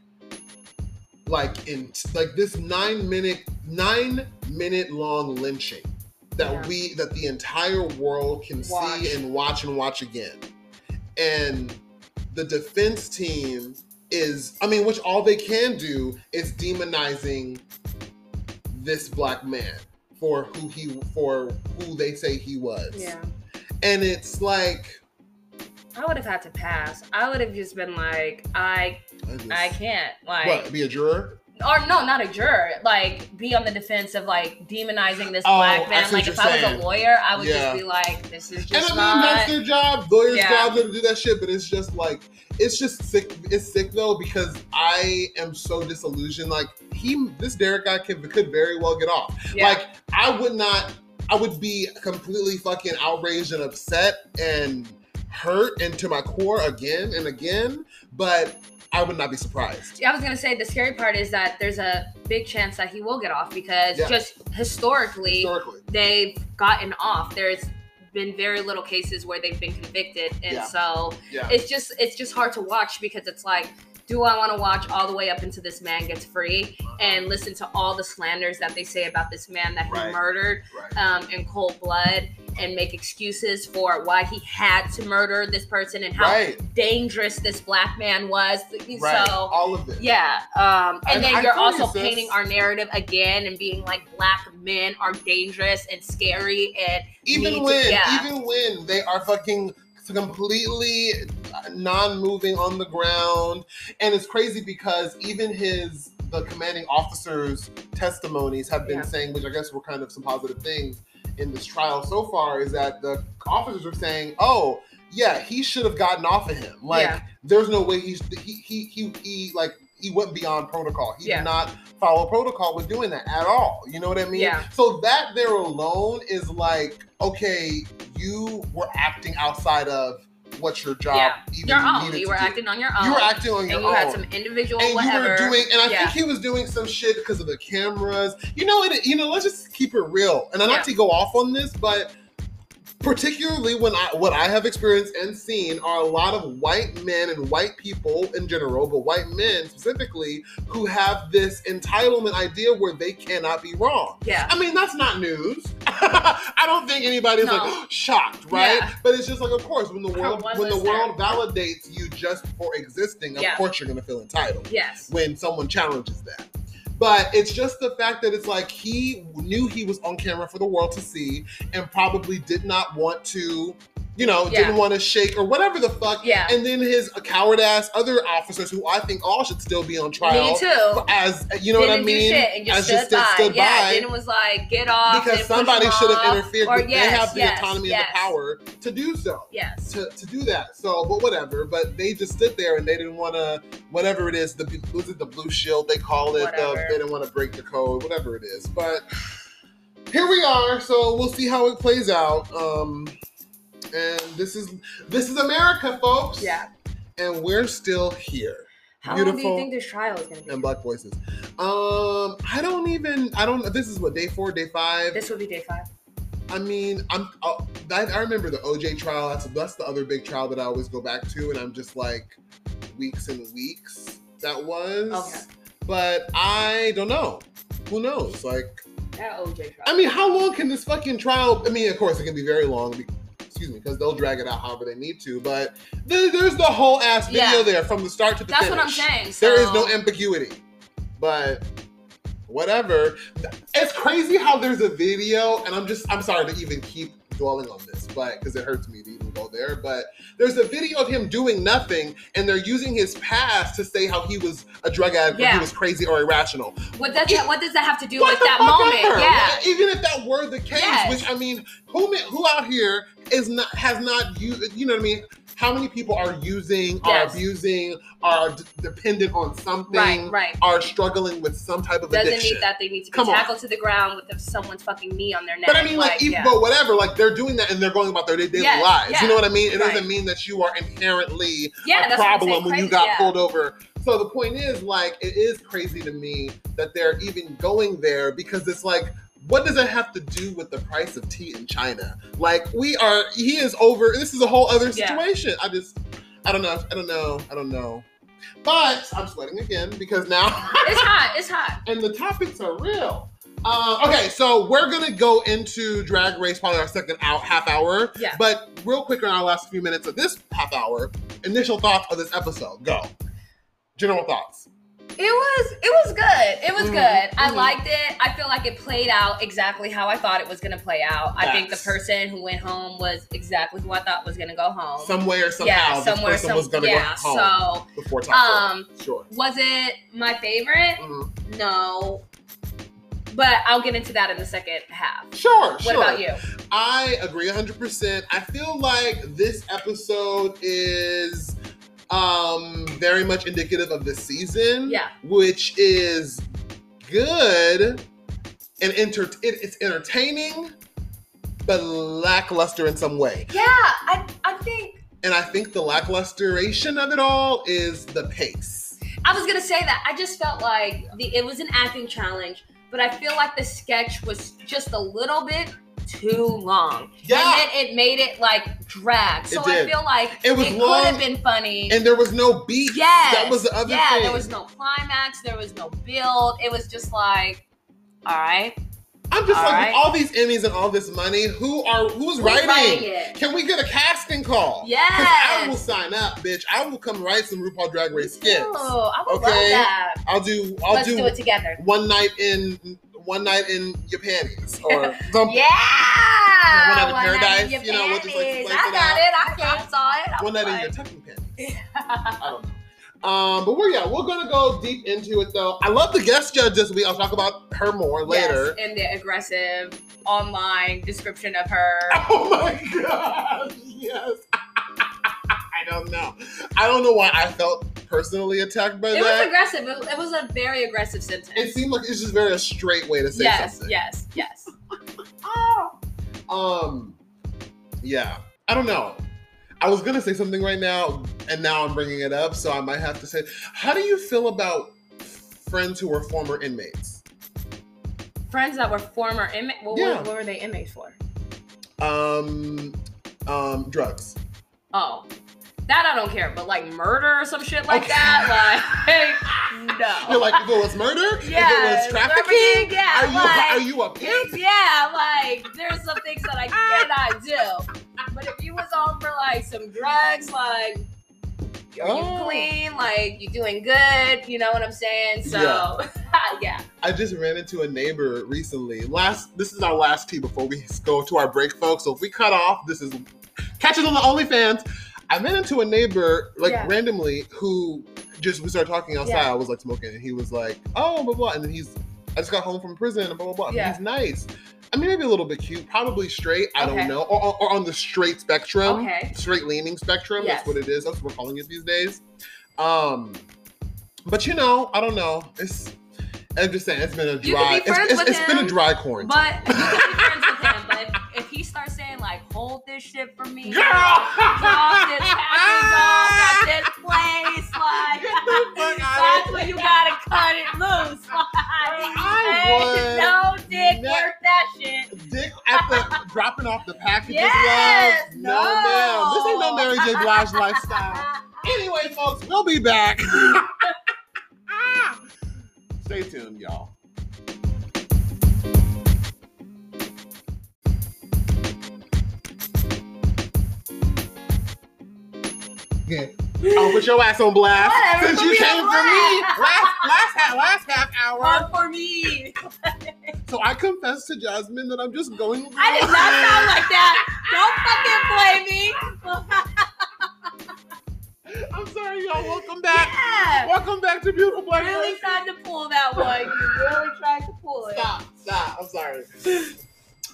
A: like in like this nine minute nine minute long lynching that
B: Yeah.
A: we that the entire world can
B: Watch.
A: see and watch and watch again and the defense team is i mean which all they can do is demonizing this black man for who he for who they say he was
B: Yeah.
A: and it's like
B: I would have had to pass. I would have just been like, I,
A: I just-
B: I can't, like,
A: what be a juror
B: or no, not a juror. Like, be on the defense of like demonizing this
A: Oh, I
B: black
A: see what
B: man. Like,
A: you're
B: if I
A: saying.
B: was a lawyer, I would
A: Yeah.
B: just be like, this is
A: And I
B: just
A: mean,
B: not.
A: that's their job. Lawyers'
B: Yeah.
A: job to do that shit, but it's just like it's just sick. It's sick though because I am so disillusioned. Like he, this Derek guy could could very well get off.
B: yeah.
A: Like I would not. I would be completely fucking outraged and upset and hurt and to my core again and again. But I would not be surprised.
B: I was gonna say the scary part is that there's a big chance that he will get off because
A: Yeah.
B: just historically,
A: Historically,
B: they've gotten off. There's been very little cases where they've been convicted, and
A: Yeah.
B: so
A: yeah.
B: it's just it's just hard to watch because it's like, do I want to watch all the way up until this man gets free and listen to all the slanders that they say about this man that he
A: Right.
B: murdered
A: Right.
B: um, in cold blood and make excuses for why he had to murder this person and how
A: right,
B: dangerous this black man was?
A: right.
B: So
A: All of it.
B: yeah. Um,
A: And
B: and, then
A: I
B: you're
A: feel
B: also
A: you, sis.
B: painting our narrative again and being like black men are dangerous and scary and
A: even
B: need to-
A: when
B: yeah.
A: even when they are fucking completely non-moving on the ground and it's crazy because even his the commanding officer's testimonies have been
B: Yeah.
A: saying which i guess were kind of some positive things in this trial so far is that the officers are saying oh yeah he should have gotten off of him like
B: Yeah.
A: there's no way he's he he he, he like he went beyond protocol. He
B: Yeah.
A: did not follow protocol with doing that at all. You know what I mean?
B: Yeah.
A: So that there alone is like, okay, you were acting outside of what your job
B: Yeah.
A: even
B: your own.
A: needed
B: You
A: to
B: were
A: do.
B: acting on your own.
A: You were acting on your
B: and you
A: own.
B: had some individual
A: and
B: whatever.
A: you were doing, and I
B: Yeah.
A: think he was doing some shit because of the cameras. You know, it, you know. Let's just keep it real, and not
B: Yeah.
A: to go off on this, but particularly when I what I have experienced and seen are a lot of white men and white people in general, but white men specifically who have this entitlement idea where they cannot be wrong.
B: yeah.
A: I mean, that's not news. I don't think anybody's
B: No.
A: like shocked, right?
B: Yeah.
A: But it's just like, of course, when the world
B: one
A: when the
B: listener.
A: world validates you just for existing, of
B: Yeah.
A: course you're gonna feel entitled
B: Yes.
A: when someone challenges that. But it's just the fact that it's like he knew he was on camera for the world to see and probably did not want to, you know,
B: Yeah.
A: didn't want to shake or whatever the fuck.
B: Yeah.
A: And then his coward ass other officers who I think all should still be on trial.
B: Me too.
A: As you know
B: didn't
A: what I mean?
B: do shit and just
A: As
B: stood,
A: just stood-
B: by.
A: stood
B: yeah,
A: by.
B: Then it was like, get off.
A: because
B: and push
A: somebody
B: him
A: should have
B: off.
A: interfered.
B: Or
A: with,
B: yes,
A: they have the
B: yes,
A: autonomy
B: yes,
A: and the power to do so.
B: Yes.
A: To, to do that. So, but whatever. But they just stood there and they didn't want to, whatever it is, the was it the blue shield they call it. The,
B: Whatever.
A: they didn't want to break the code, whatever it is. But here we are. So we'll see how it plays out. Um, and this is this is America, folks.
B: Yeah.
A: And we're still here.
B: How long do
A: Beautiful.
B: you think this trial is going to
A: And
B: be?
A: black voices. Um, I don't even. I don't. This is what day four, day five.
B: This will be day five.
A: I mean, I'm. Uh, I, I remember the OJ trial. That's that's the other big trial that I always go back to, and I'm just like weeks and weeks that was.
B: Okay.
A: But I don't know. Who knows? Like,
B: That OJ trial.
A: I mean, how long can this fucking trial? I mean, of course, it can be very long. be- Excuse me, because they'll drag it out however they need to. But there- there's the whole ass video
B: Yeah.
A: there from the start to the
B: that's
A: finish.
B: what I'm saying. So,
A: There is no ambiguity. But whatever. It's crazy how there's a video, and I'm just I'm sorry to even keep dwelling on this, but because it hurts me to even go there. But there's a video of him doing nothing, and they're using his past to say how he was a drug addict, or he
B: Yeah.
A: was crazy or irrational.
B: what does that? What does that have to do
A: What
B: with
A: the
B: that
A: fuck
B: moment?
A: ever?
B: Yeah.
A: Even if that were the case,
B: Yes.
A: which I mean, who ma- who out here is not has not used? You know what I mean? How many people are using, are
B: Yes.
A: abusing, are d- dependent on something?
B: Right. Right.
A: are struggling with some type of
B: Doesn't
A: addiction.
B: need that. They need to be
A: Come on.
B: tackled to the ground with someone's fucking knee on their neck.
A: But I mean, like, even
B: yeah.
A: but whatever, like they're doing that and they're going about their day- daily
B: Yes,
A: lives. You
B: yeah.
A: know what I mean? It
B: Right.
A: doesn't mean that you are inherently
B: yeah,
A: a
B: that's
A: problem
B: what I'm saying.
A: when you
B: Crazy,
A: got
B: yeah.
A: pulled over. So the point is, like, it is crazy to me that they're even going there because it's like, what does it have to do with the price of tea in China? Like, we are he is over. This is a whole other
B: Yeah.
A: situation. I just, I don't know. I don't know. I don't know. But I'm sweating again because now.
B: It's hot. It's hot.
A: and the topics are real. Uh, okay, so we're gonna go into Drag Race probably our second out half hour.
B: Yeah.
A: But real quick in our last few minutes of this half hour, initial thoughts of this episode. Go. General thoughts.
B: It was it was good. It was
A: Mhm,
B: good. I
A: mhm.
B: liked it. I feel like it played out exactly how I thought it was gonna play out. I think the
A: Facts.
B: person who went home was exactly who I thought was gonna go home.
A: Some way or somehow
B: yeah,
A: this
B: somewhere.
A: person
B: some-
A: was gonna
B: yeah.
A: go home before top
B: So, um,
A: four. Sure.
B: was it my favorite?
A: Mhm.
B: No, but I'll get into that in the second half.
A: Sure.
B: What about you?
A: I agree 100%. I feel like this episode is um very much indicative of the season.
B: Yeah.
A: Which is good and enter- it, it's entertaining but lackluster in some way.
B: Yeah, I I think
A: And I think the lacklusteration of it all is the pace.
B: I was gonna say that. I just felt like the it was an acting challenge, but I feel like the sketch was just a little bit too long.
A: Yeah.
B: And then it made it like drag. So
A: It
B: I
A: did.
B: feel like
A: It was
B: could
A: long
B: have been funny.
A: And, there was no beat.
B: Yes.
A: That was the other
B: yeah,
A: thing.
B: there was no climax, there was no build. It was just like, all right.
A: I'm just
B: All
A: like
B: right.
A: with all these Emmys and all this money, who are who's
B: who's
A: writing?
B: it.
A: Can we get a casting call?
B: Yes.
A: 'Cause I will sign up, bitch. I will come write some RuPaul Drag Race skits.
B: Ooh, I would love
A: Okay.
B: that.
A: I'll do. I'll
B: Let's do,
A: do,
B: it together.
A: one night in one night in your panties or something.
B: Yeah.
A: one out of
B: One out
A: paradise,
B: your
A: you know, we'll just, like,
B: panties.
A: slice
B: I
A: it
B: got
A: out.
B: it. I, got- I saw it. I
A: One
B: was
A: night in your
B: like-
A: tucking panties. I don't know. Um, but we're yeah, we're gonna go deep into it though. I love the guest judge this week. I'll talk about her more later.
B: Yes, and the aggressive online description of her.
A: Oh my gosh, yes. I don't know. I don't know why I felt personally attacked by
B: It
A: that.
B: was aggressive. It, it was a very aggressive sentence.
A: it seemed like it's just very a straight way to say
B: yes,
A: something.
B: yes, yes. Oh.
A: Um, yeah, I don't know. I was gonna say something right now, and now I'm bringing it up, so I might have to say, how do you feel about friends who were former inmates?
B: Friends that were former inmates. Well,
A: Yeah.
B: what, what were they inmates for?
A: Um, um, drugs.
B: Oh, that I don't care. But like murder or some shit like
A: Okay.
B: that, like no.
A: You're like, if it was murder,
B: Yeah,
A: if it was trafficking,
B: yeah,
A: are you
B: like-
A: are you a pimp?
B: yeah, like there's some things that I cannot do. But if you was on for like some drugs, like are you
A: Oh.
B: clean, like you doing good, you know what I'm saying? So yeah.
A: I just ran into a neighbor recently. Last, this is our last tea before we go to our break, folks. So if we cut off, this is catch us on the OnlyFans. I ran into a neighbor like
B: Yeah.
A: randomly who just we started talking outside.
B: Yeah.
A: I was like smoking, and he was like, "Oh, blah blah," and then he's I just got home from prison, and blah blah blah. And
B: Yeah.
A: He's nice. I mean, maybe a little bit cute, probably straight. I
B: Okay.
A: don't know, or, or- or on the straight spectrum,
B: Okay.
A: straight leaning spectrum.
B: Yes.
A: That's what it is. That's what we're calling it these days. Um, but you know, I don't know. It's I'm just saying, it's been a
B: be
A: dry. It's,
B: friends
A: it's-
B: with
A: it's been a
B: him,
A: dry quarantine.
B: But you can be friends with him. But if, if he starts saying like hold this shit for me.
A: Girl!
B: God, this happy dog got this place.
A: Ah!
B: Like,
A: Get the fuck outta
B: that's
A: here.
B: when you gotta cut it loose. Like,
A: I
B: ain't no dick
A: not-
B: worth that shit.
A: Dick at the dropping off the packages.
B: Yes,
A: love. No, ma'am. This ain't no
B: no.
A: Mary J. Blige lifestyle.
B: Uh,
A: Anyway, folks, we'll be back. Stay tuned, y'all. Okay. I'll Oh, put your ass on blast
B: Whatever,
A: since
B: put
A: you
B: me on
A: came for me
B: blast. Um,
A: last last half, last half hour.
B: Or uh, for me.
A: So I confess to Jasmine that I'm just going.
B: I did not sound like that. Don't fucking blame me.
A: I'm sorry, y'all. Welcome back.
B: yeah.
A: Welcome back to Beautiful Black.
B: Really
A: Girls.
B: tried to pull that one. You really tried to pull it.
A: Stop, stop. I'm sorry.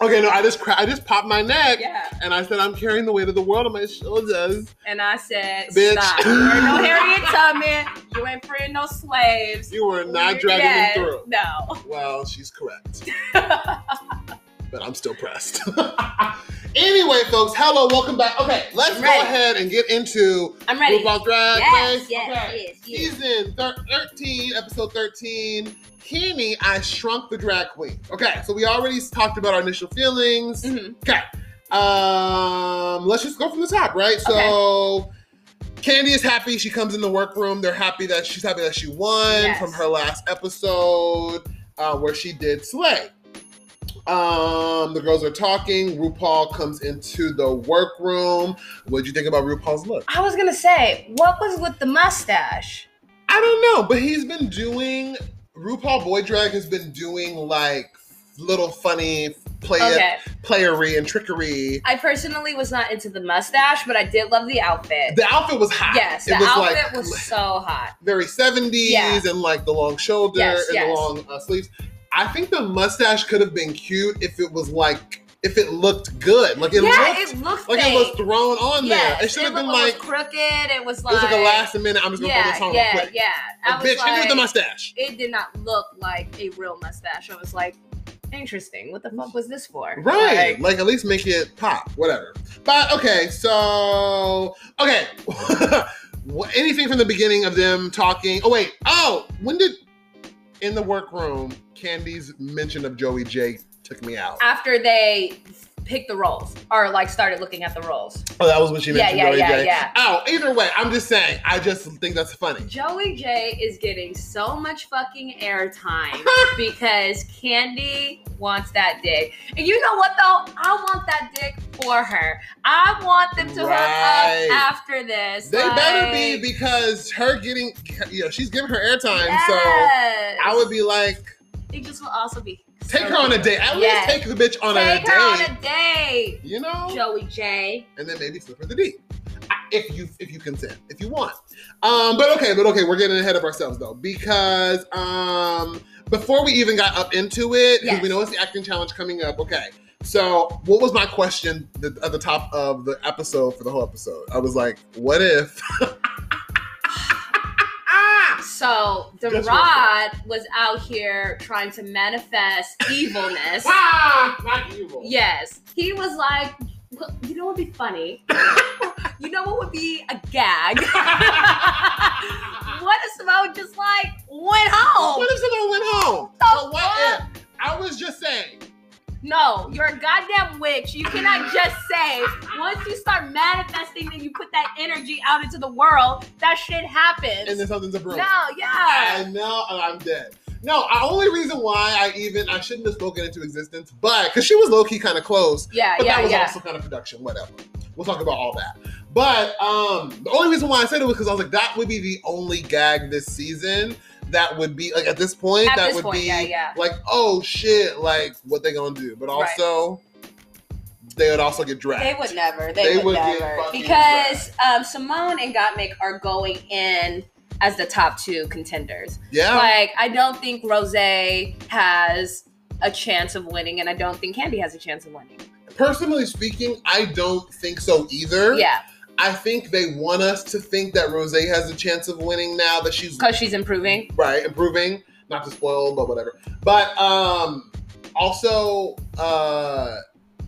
A: Okay, no, I just cra- I just popped my neck
B: Yeah.
A: and I said I'm carrying the weight of the world on my shoulders.
B: And I said,
A: Bitch.
B: stop. You ain't no Harriet Tubman. You ain't freeing no slaves.
A: You were not dragging
B: Yes,
A: them through.
B: No.
A: Well, she's correct, but I'm still pressed. anyway, folks, hello, welcome back. Okay, let's go
B: Ready.
A: ahead and get into
B: I'm ready.
A: RuPaul's Drag
B: Yes,
A: Race.
B: yes,
A: Okay.
B: yes, yes.
A: Season thir- 13, episode 13. Kenny, I shrunk the drag queen. Okay, so we already talked about our initial feelings.
B: Mhm.
A: Okay. Um, let's just go from the top, right? So Candy is happy. She comes in the workroom. They're happy that she's happy that she won
B: Yes.
A: from her last episode uh, where she did slay. Um, the girls are talking. RuPaul comes into the workroom. What'd you think about RuPaul's look?
B: I was gonna say, what was with the mustache?
A: I don't know, but he's been doing RuPaul Boy Drag has been doing like little funny play
B: Okay,
A: playery and trickery.
B: I personally was not into the mustache, but I did love the outfit.
A: The outfit was hot.
B: yes, the
A: it was
B: outfit
A: like
B: was so hot.
A: very 70s
B: Yeah.
A: and like the long shoulder
B: Yes,
A: and the
B: yes.
A: long uh, sleeves. I think the mustache could have been cute if it was like if it looked good. Like it
B: yeah,
A: looked
B: it looked
A: like
B: fake.
A: it was thrown on
B: Yes,
A: there. It should have been
B: looked-
A: like
B: it was crooked. It was
A: it
B: like
A: was like a last minute. I'm just gonna throw
B: yeah,
A: this on
B: yeah,
A: real quick.
B: yeah. I
A: Like,
B: was
A: bitch, hit me with
B: like,
A: the mustache.
B: it did not look like a real mustache. I was like, interesting. What the fuck was this for?
A: Right.
B: Like,
A: Like, at least make it pop, whatever. But okay, so okay. Wha- Anything from the beginning of them talking. Oh wait. Oh, when did in the workroom Candy's mention of Joey J took me out?
B: after they picked the roles or like started looking at the roles.
A: Oh, that was when she
B: Yeah,
A: mentioned
B: yeah,
A: Joey
B: yeah,
A: J.
B: yeah.
A: Oh, either way, I'm just saying. I just think that's funny.
B: Joey J is getting so much fucking airtime because Candy wants that dick. And you know what though? I want that dick for her. I want them to
A: Right.
B: hook up after this.
A: They better be
B: like-
A: because her getting, you know, she's giving her airtime.
B: Yes.
A: So I would be like,
B: It just will also be.
A: take
B: so
A: her on a
B: cute.
A: date. At
B: Yes.
A: least take the bitch on
B: Take
A: a
B: her
A: date.
B: on a date.
A: you know.
B: Joey J.
A: and then maybe flip her the D. I- If you if you consent, if you want. Um, but okay, but okay, we're getting ahead of ourselves though, because um before we even got up into it, because we
B: Yes.
A: know it's the acting challenge coming up, okay. So what was my question th- at the top of the episode for the whole episode? I was like, what if
B: So the
A: That's
B: rod was out here trying to manifest evilness.
A: Ah not evil.
B: Yes. He was like, "Well, you know what would be funny? you know what would be a gag? what if Simone just like went home?
A: What if someone went home? But what if? I was just saying.
B: No, you're a goddamn witch. You cannot just say once you start manifesting and you put that energy out into the world, that shit happens.
A: And then something's a broom.
B: no,
A: I
B: yeah.
A: know, and I'm dead. No, the only reason why I even I shouldn't have spoken into existence, but because she was low key kind of close,
B: Yeah,
A: but
B: yeah,
A: that was
B: yeah.
A: also kind of production, whatever. We'll talk about all that. But um the only reason why I said it was because I was like, that would be the only gag this season that would be like at this point
B: At
A: that
B: this
A: would
B: point,
A: be
B: yeah, yeah.
A: like, oh shit, like what they gonna do? But
B: Right.
A: also they would also get dragged.
B: They would never.
A: They
B: They, would,
A: would get
B: never.
A: fucking
B: Because um, Simone and Gottmik are going in as the top two contenders.
A: yeah.
B: Like, I don't think Rose has a chance of winning, and I don't think Candy has a chance of winning.
A: Personally speaking, I don't think so either.
B: Yeah,
A: I think they want us to think that Rose has a chance of winning now that she's
B: because she's improving.
A: right improving. Not to spoil, but whatever. But um also uh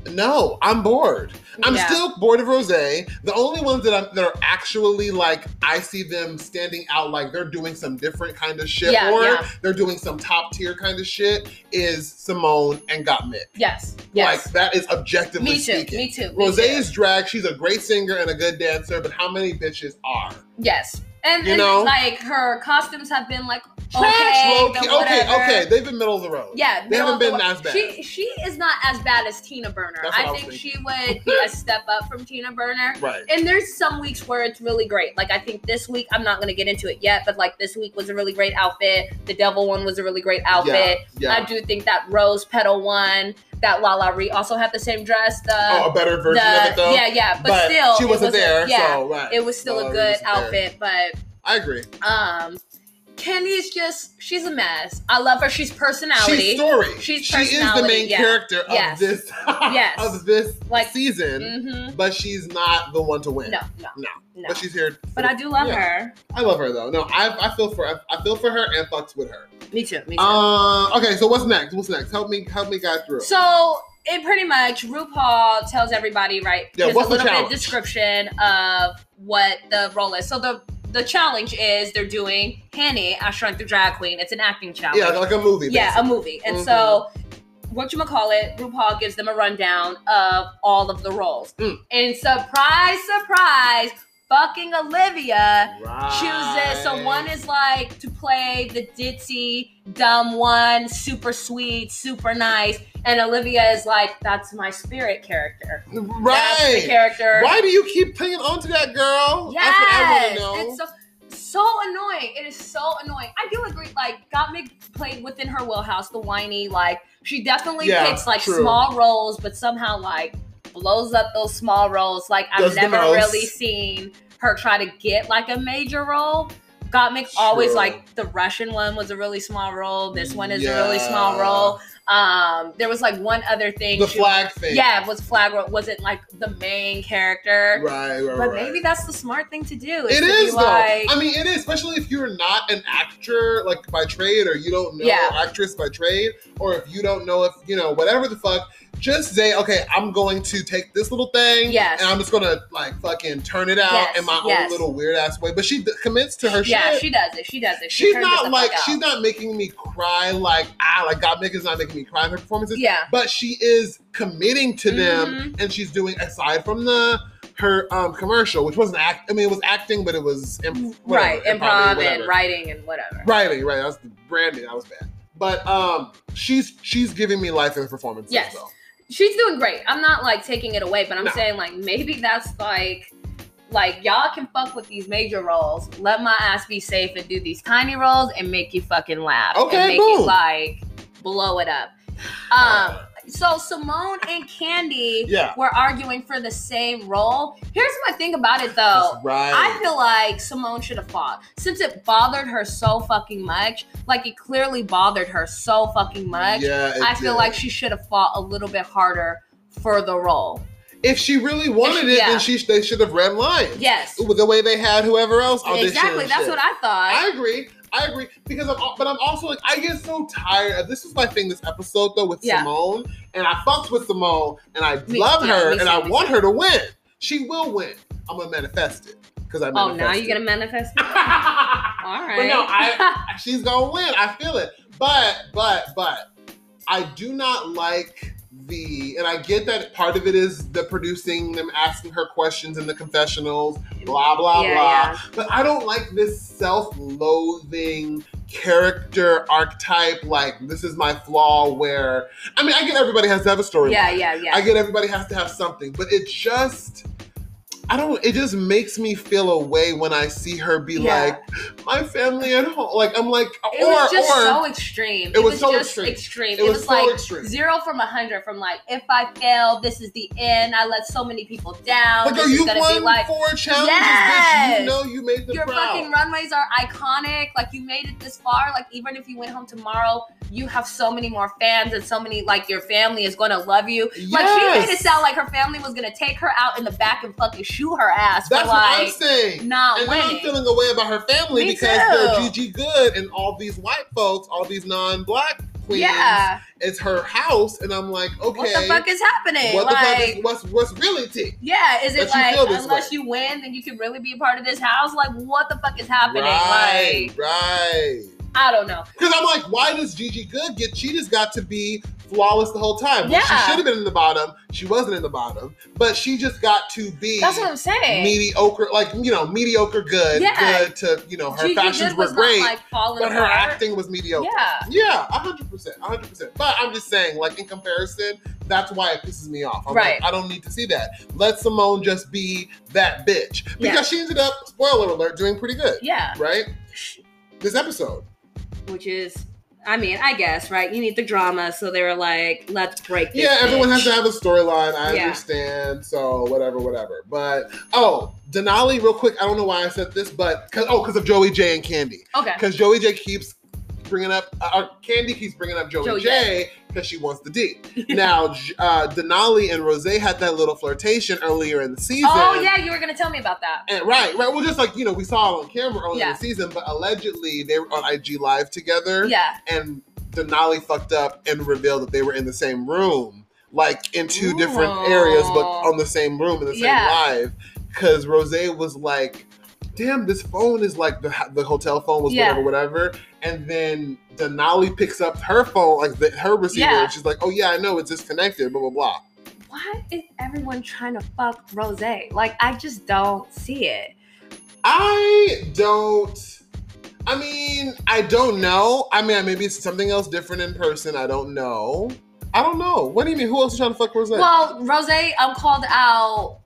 A: No, I'm bored. I'm
B: Yeah.
A: still bored of Rosé. The only ones that, I'm, that are actually like I see them standing out, like they're doing some different kind of shit,
B: Yeah,
A: or
B: yeah.
A: they're doing some top tier kind of shit, is Simone and Gottmik.
B: Yes. Yes.
A: Like that is objectively
B: me too.
A: speaking.
B: Me too. me
A: Rose
B: too.
A: is drag. She's a great singer and a good dancer, but how many bitches are?
B: Yes. And,
A: You
B: and
A: know?
B: like her costumes have been like
A: Trash,
B: okay,
A: low-key.
B: the
A: okay,
B: whatever.
A: okay. They've been middle of the road.
B: Yeah,
A: They haven't
B: middle
A: been
B: of the wa-
A: as bad.
B: She she is not as bad as Tina Burner.
A: That's what I
B: I
A: was
B: think she would be a step up from Tina Burner.
A: Right.
B: And there's some weeks where it's really great. Like I think this week, I'm not gonna get into it yet, but like this week was a really great outfit. The devil one was a really great outfit.
A: Yeah.
B: I do think that rose petal one, that La La Ree also had the same dress. The,
A: oh, a better version
B: the-
A: of it though.
B: yeah, yeah, but, still,
A: she
B: it
A: wasn't
B: was a-
A: there.
B: yeah,
A: so right.
B: it was still
A: No,
B: a
A: it
B: good
A: wasn't there.
B: outfit, but
A: I agree.
B: um, Kenny's just she's a mess. I love her. She's personality.
A: She's story.
B: She's
A: she is the
B: personality,
A: main
B: yeah.
A: character of
B: Yes.
A: this
B: Yes.
A: of this
B: Like-
A: season,
B: Mhm.
A: but she's not the one to win.
B: No, no,
A: No.
B: no.
A: But
B: But,
A: she's here. for-
B: I do love
A: yeah.
B: her.
A: I love her though. No, I, I feel for I, I feel for her and fucks with her.
B: Me too. Me too.
A: Uh, okay, so what's next? What's next? Help me help me guide through.
B: so it pretty much RuPaul tells everybody right.
A: Yeah,
B: gives
A: what's
B: a
A: the
B: little bit
A: challenge?
B: description of what the role is. So the the challenge is they're doing Henny, I Shrunk the Drag Queen. It's an acting challenge.
A: yeah, like a movie.
B: yeah,
A: basically.
B: a movie. And so what you call it, RuPaul gives them a rundown of all of the roles.
A: Mm.
B: And surprise, surprise, fucking Olivia chooses. So
A: Right.
B: one is like to play the ditzy, dumb one, super sweet, super nice. And Olivia is like, that's my spirit character. That's the
A: right.
B: character.
A: Why do you keep clinging on to that girl?
B: Yes,
A: That's what I want to know.
B: it's so so annoying. It is so annoying. I do agree. Like Gottmik played within her wheelhouse, the whiny. Like she definitely
A: Yeah,
B: picks like
A: true.
B: small roles, but somehow like blows up those small roles. Like I've
A: Does the
B: never
A: most.
B: really seen her try to get like a major role. Gottmik always
A: True.
B: like the Russian one was a really small role. This one is a really small
A: Yeah.
B: role. Um, there was like one other thing.
A: the
B: she-
A: flag thing.
B: yeah, was flag role. Wasn't like the main character.
A: Right, right,
B: But
A: right.
B: maybe that's the smart thing to do.
A: it
B: to be
A: is though.
B: Like,
A: I mean, it is especially if you're not an actor like by trade, or you don't know
B: Yeah.
A: actress by trade, or if you don't know if you know whatever the fuck. Just say, okay, I'm going to take this little thing,
B: Yes.
A: and I'm just gonna like fucking turn it out
B: Yes,
A: in my own
B: yes.
A: little weird ass way. But she d- commits to her
B: yeah,
A: shit.
B: she does it. She does it. She
A: she's
B: turns it the
A: not
B: fuck
A: like
B: out.
A: she's not making me cry like ah like God is not making me cry in her performances.
B: Yeah. Mm-hmm.
A: But she is committing to them and she's doing aside from the her um commercial, which wasn't act I mean it was acting, but it was imp- whatever,
B: right, improv and
A: whatever.
B: writing and whatever.
A: Writing, right. That's the branding, that was bad. But um she's she's giving me life in the performances
B: Yes.
A: though.
B: She's doing great. I'm not like taking it away, but I'm
A: No.
B: saying like maybe that's like like y'all can fuck with these major roles. Let my ass be safe and do these tiny roles and make you fucking laugh.
A: Okay,
B: and make
A: boom.
B: you like blow it up. Um so Simone and Candy
A: Yeah.
B: were arguing for the same role. Here's my thing about it though.
A: That's right.
B: I feel like Simone should have fought since it bothered her so fucking much. Like it clearly bothered her so fucking much.
A: yeah, it
B: I feel
A: did.
B: like she should have fought a little bit harder for the role.
A: if she really wanted it,
B: yeah.
A: then she they should have read lines.
B: Yes,
A: The way they had whoever else audition.
B: exactly. That's what I thought.
A: I agree. I agree because I'm, but I'm also like I get so tired. This is my thing this episode though with
B: Yeah.
A: Simone, and I fucked with Simone, and I
B: Me-
A: love
B: yeah,
A: her,
B: me
A: and
B: too,
A: I
B: me
A: want her to win. She will win. I'm gonna manifest it because I.
B: oh, now
A: manifest
B: you're gonna manifest. it?
A: it.
B: All right.
A: But no, I she's gonna win. I feel it. But but but I do not like the and I get that part of it is the producing them asking her questions in the confessionals, blah blah
B: Yeah,
A: blah.
B: yeah.
A: But I don't like this self-loathing character archetype, like this is my flaw where I mean I get everybody has to have a story.
B: yeah, yeah, yeah.
A: I get everybody has to have something, but it just I don't it just makes me feel away when I see her be
B: Yeah.
A: like my family at home. Like I'm like
B: it
A: or
B: was just
A: or
B: so extreme. It,
A: was
B: was,
A: so
B: just
A: extreme.
B: extreme.
A: It
B: It,
A: was
B: was,
A: so
B: like
A: extreme.
B: zero from a hundred. From like, if I fail, this is the end. I let so many people down.
A: like
B: this
A: are
B: is
A: you
B: gonna be
A: won
B: like
A: four challenges, bitch. You
B: Yes.
A: know you made them
B: your
A: proud.
B: fucking runways are iconic. Like you made it this far. Like even if you went home tomorrow, you have so many more fans and so many like your family is gonna love you. Like she made it
A: Yes.
B: sound like her family was gonna take her out in the back and fucking shoot her ass
A: That's
B: for
A: what I'm
B: like
A: saying.
B: not
A: And then I'm
B: winning.
A: feeling away about her family
B: Me
A: because
B: too.
A: they're Gigi Good and all these white folks, all these non-black Queens.
B: yeah.
A: It's her house, and I'm like, okay,
B: What the fuck is happening?
A: what the
B: like,
A: fuck is, what's what's really tea?
B: yeah, is it
A: But you
B: like
A: feel this
B: unless
A: way.
B: you win, then you can really be a part of this house? Like, what the fuck is happening?
A: Right,
B: Like,
A: right.
B: I don't know.
A: Because I'm like, why does Gigi Good get? She just got to be flawless the whole time. Well,
B: Yeah.
A: she should have been in the bottom. She wasn't in the bottom, but she just got to be.
B: That's what I'm saying.
A: Mediocre, like you know, mediocre good,
B: Yeah.
A: good to you know, her
B: Gigi
A: fashions
B: Good
A: were
B: was
A: great,
B: not like falling
A: but her
B: apart.
A: acting was mediocre.
B: Yeah.
A: Yeah, a hundred percent, a hundred percent. But I'm just saying, like in comparison, that's why it pisses me off. I'm
B: Right.
A: Like, I don't need to see that. Let Simone just be that bitch because
B: Yeah.
A: she ended up, spoiler alert, doing pretty good,
B: Yeah.
A: right? This episode,
B: Which is, I mean, I guess, right? You need the drama. So they were like, let's break this.
A: yeah, everyone has
B: bitch.
A: to have a storyline. I
B: Yeah.
A: understand. So whatever, whatever. But oh, Denali, real quick. I don't know why I said this, but cause, oh, because of Joey J and Candy.
B: Okay.
A: Because Joey J keeps bringing up, uh, uh, Candy keeps bringing up Joey,
B: Joey
A: J because she wants the D. now, J- uh, Denali and Rose had that little flirtation earlier in the season.
B: Oh, yeah, you were going to tell me about that.
A: And, right, right. Well, just like, you know, we saw it on camera earlier
B: Yeah.
A: in the season, but allegedly they were on IG Live together.
B: Yeah.
A: And Denali fucked up and revealed that they were in the same room, like in two different
B: Ooh.
A: areas, but on the same room in the same
B: Yeah.
A: live. Because Rose was like, damn, this phone is like the, the hotel phone was
B: Yeah.
A: whatever, whatever. And then Denali picks up her phone, like the, her receiver,
B: Yeah.
A: and she's like, oh, yeah, I know, it's disconnected, blah, blah, blah.
B: Why is everyone trying to fuck Rose? Like, I just don't see it.
A: I don't. I mean, I don't know. I mean, maybe it's something else different in person. I don't know. I don't know. What do you mean? Who else is trying to fuck Rose?
B: Well, Rose, I'm called out.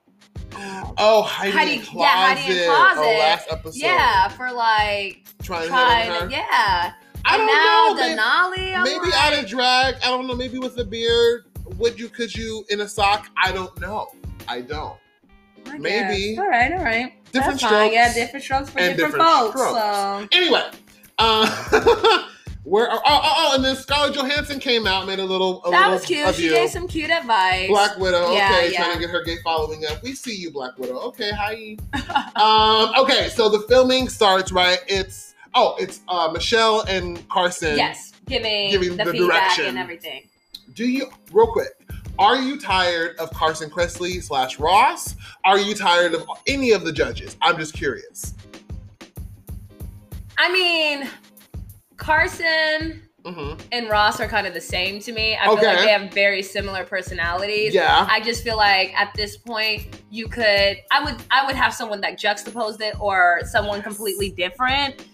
B: uh,
A: oh, Heidi,
B: Heidi-
A: and
B: yeah,
A: Closet.
B: Heidi and Closet.
A: Oh, last episode.
B: yeah, for like
A: Trying,
B: trying.
A: to hit on her.
B: yeah.
A: I
B: And
A: don't
B: now
A: know. Maybe,
B: Denali. I'm
A: maybe
B: like,
A: out of drag. I don't know. Maybe with a beard. Would you, could you, in a sock? I don't know. I don't.
B: I
A: maybe.
B: guess. All right, all right.
A: Different
B: That's fine.
A: strokes.
B: Yeah, different strokes for
A: And
B: different,
A: different
B: folks.
A: strokes.
B: So
A: Anyway, uh, where are, oh, oh, oh, and then Scarlett Johansson came out, made a little, a
B: that
A: little
B: was cute. She
A: review.
B: gave some cute advice.
A: Black Widow,
B: Yeah,
A: okay,
B: yeah.
A: trying to get her gay following up. We see you, Black Widow. Okay, hi. um, okay, so the filming starts right. It's oh, it's uh, Michelle and Carson.
B: yes, giving,
A: Giving
B: the,
A: the
B: feedback
A: direction.
B: and everything.
A: Do you real quick? Are you tired of Carson Kressley slash Ross? Are you tired of any of the judges? I'm just curious.
B: I mean, Carson
A: Mm-hmm.
B: and Ross are kind of the same to me. I feel
A: Okay.
B: like they have very similar personalities.
A: Yeah.
B: I just feel like at this point you could I would I would have someone that juxtaposed it or someone completely different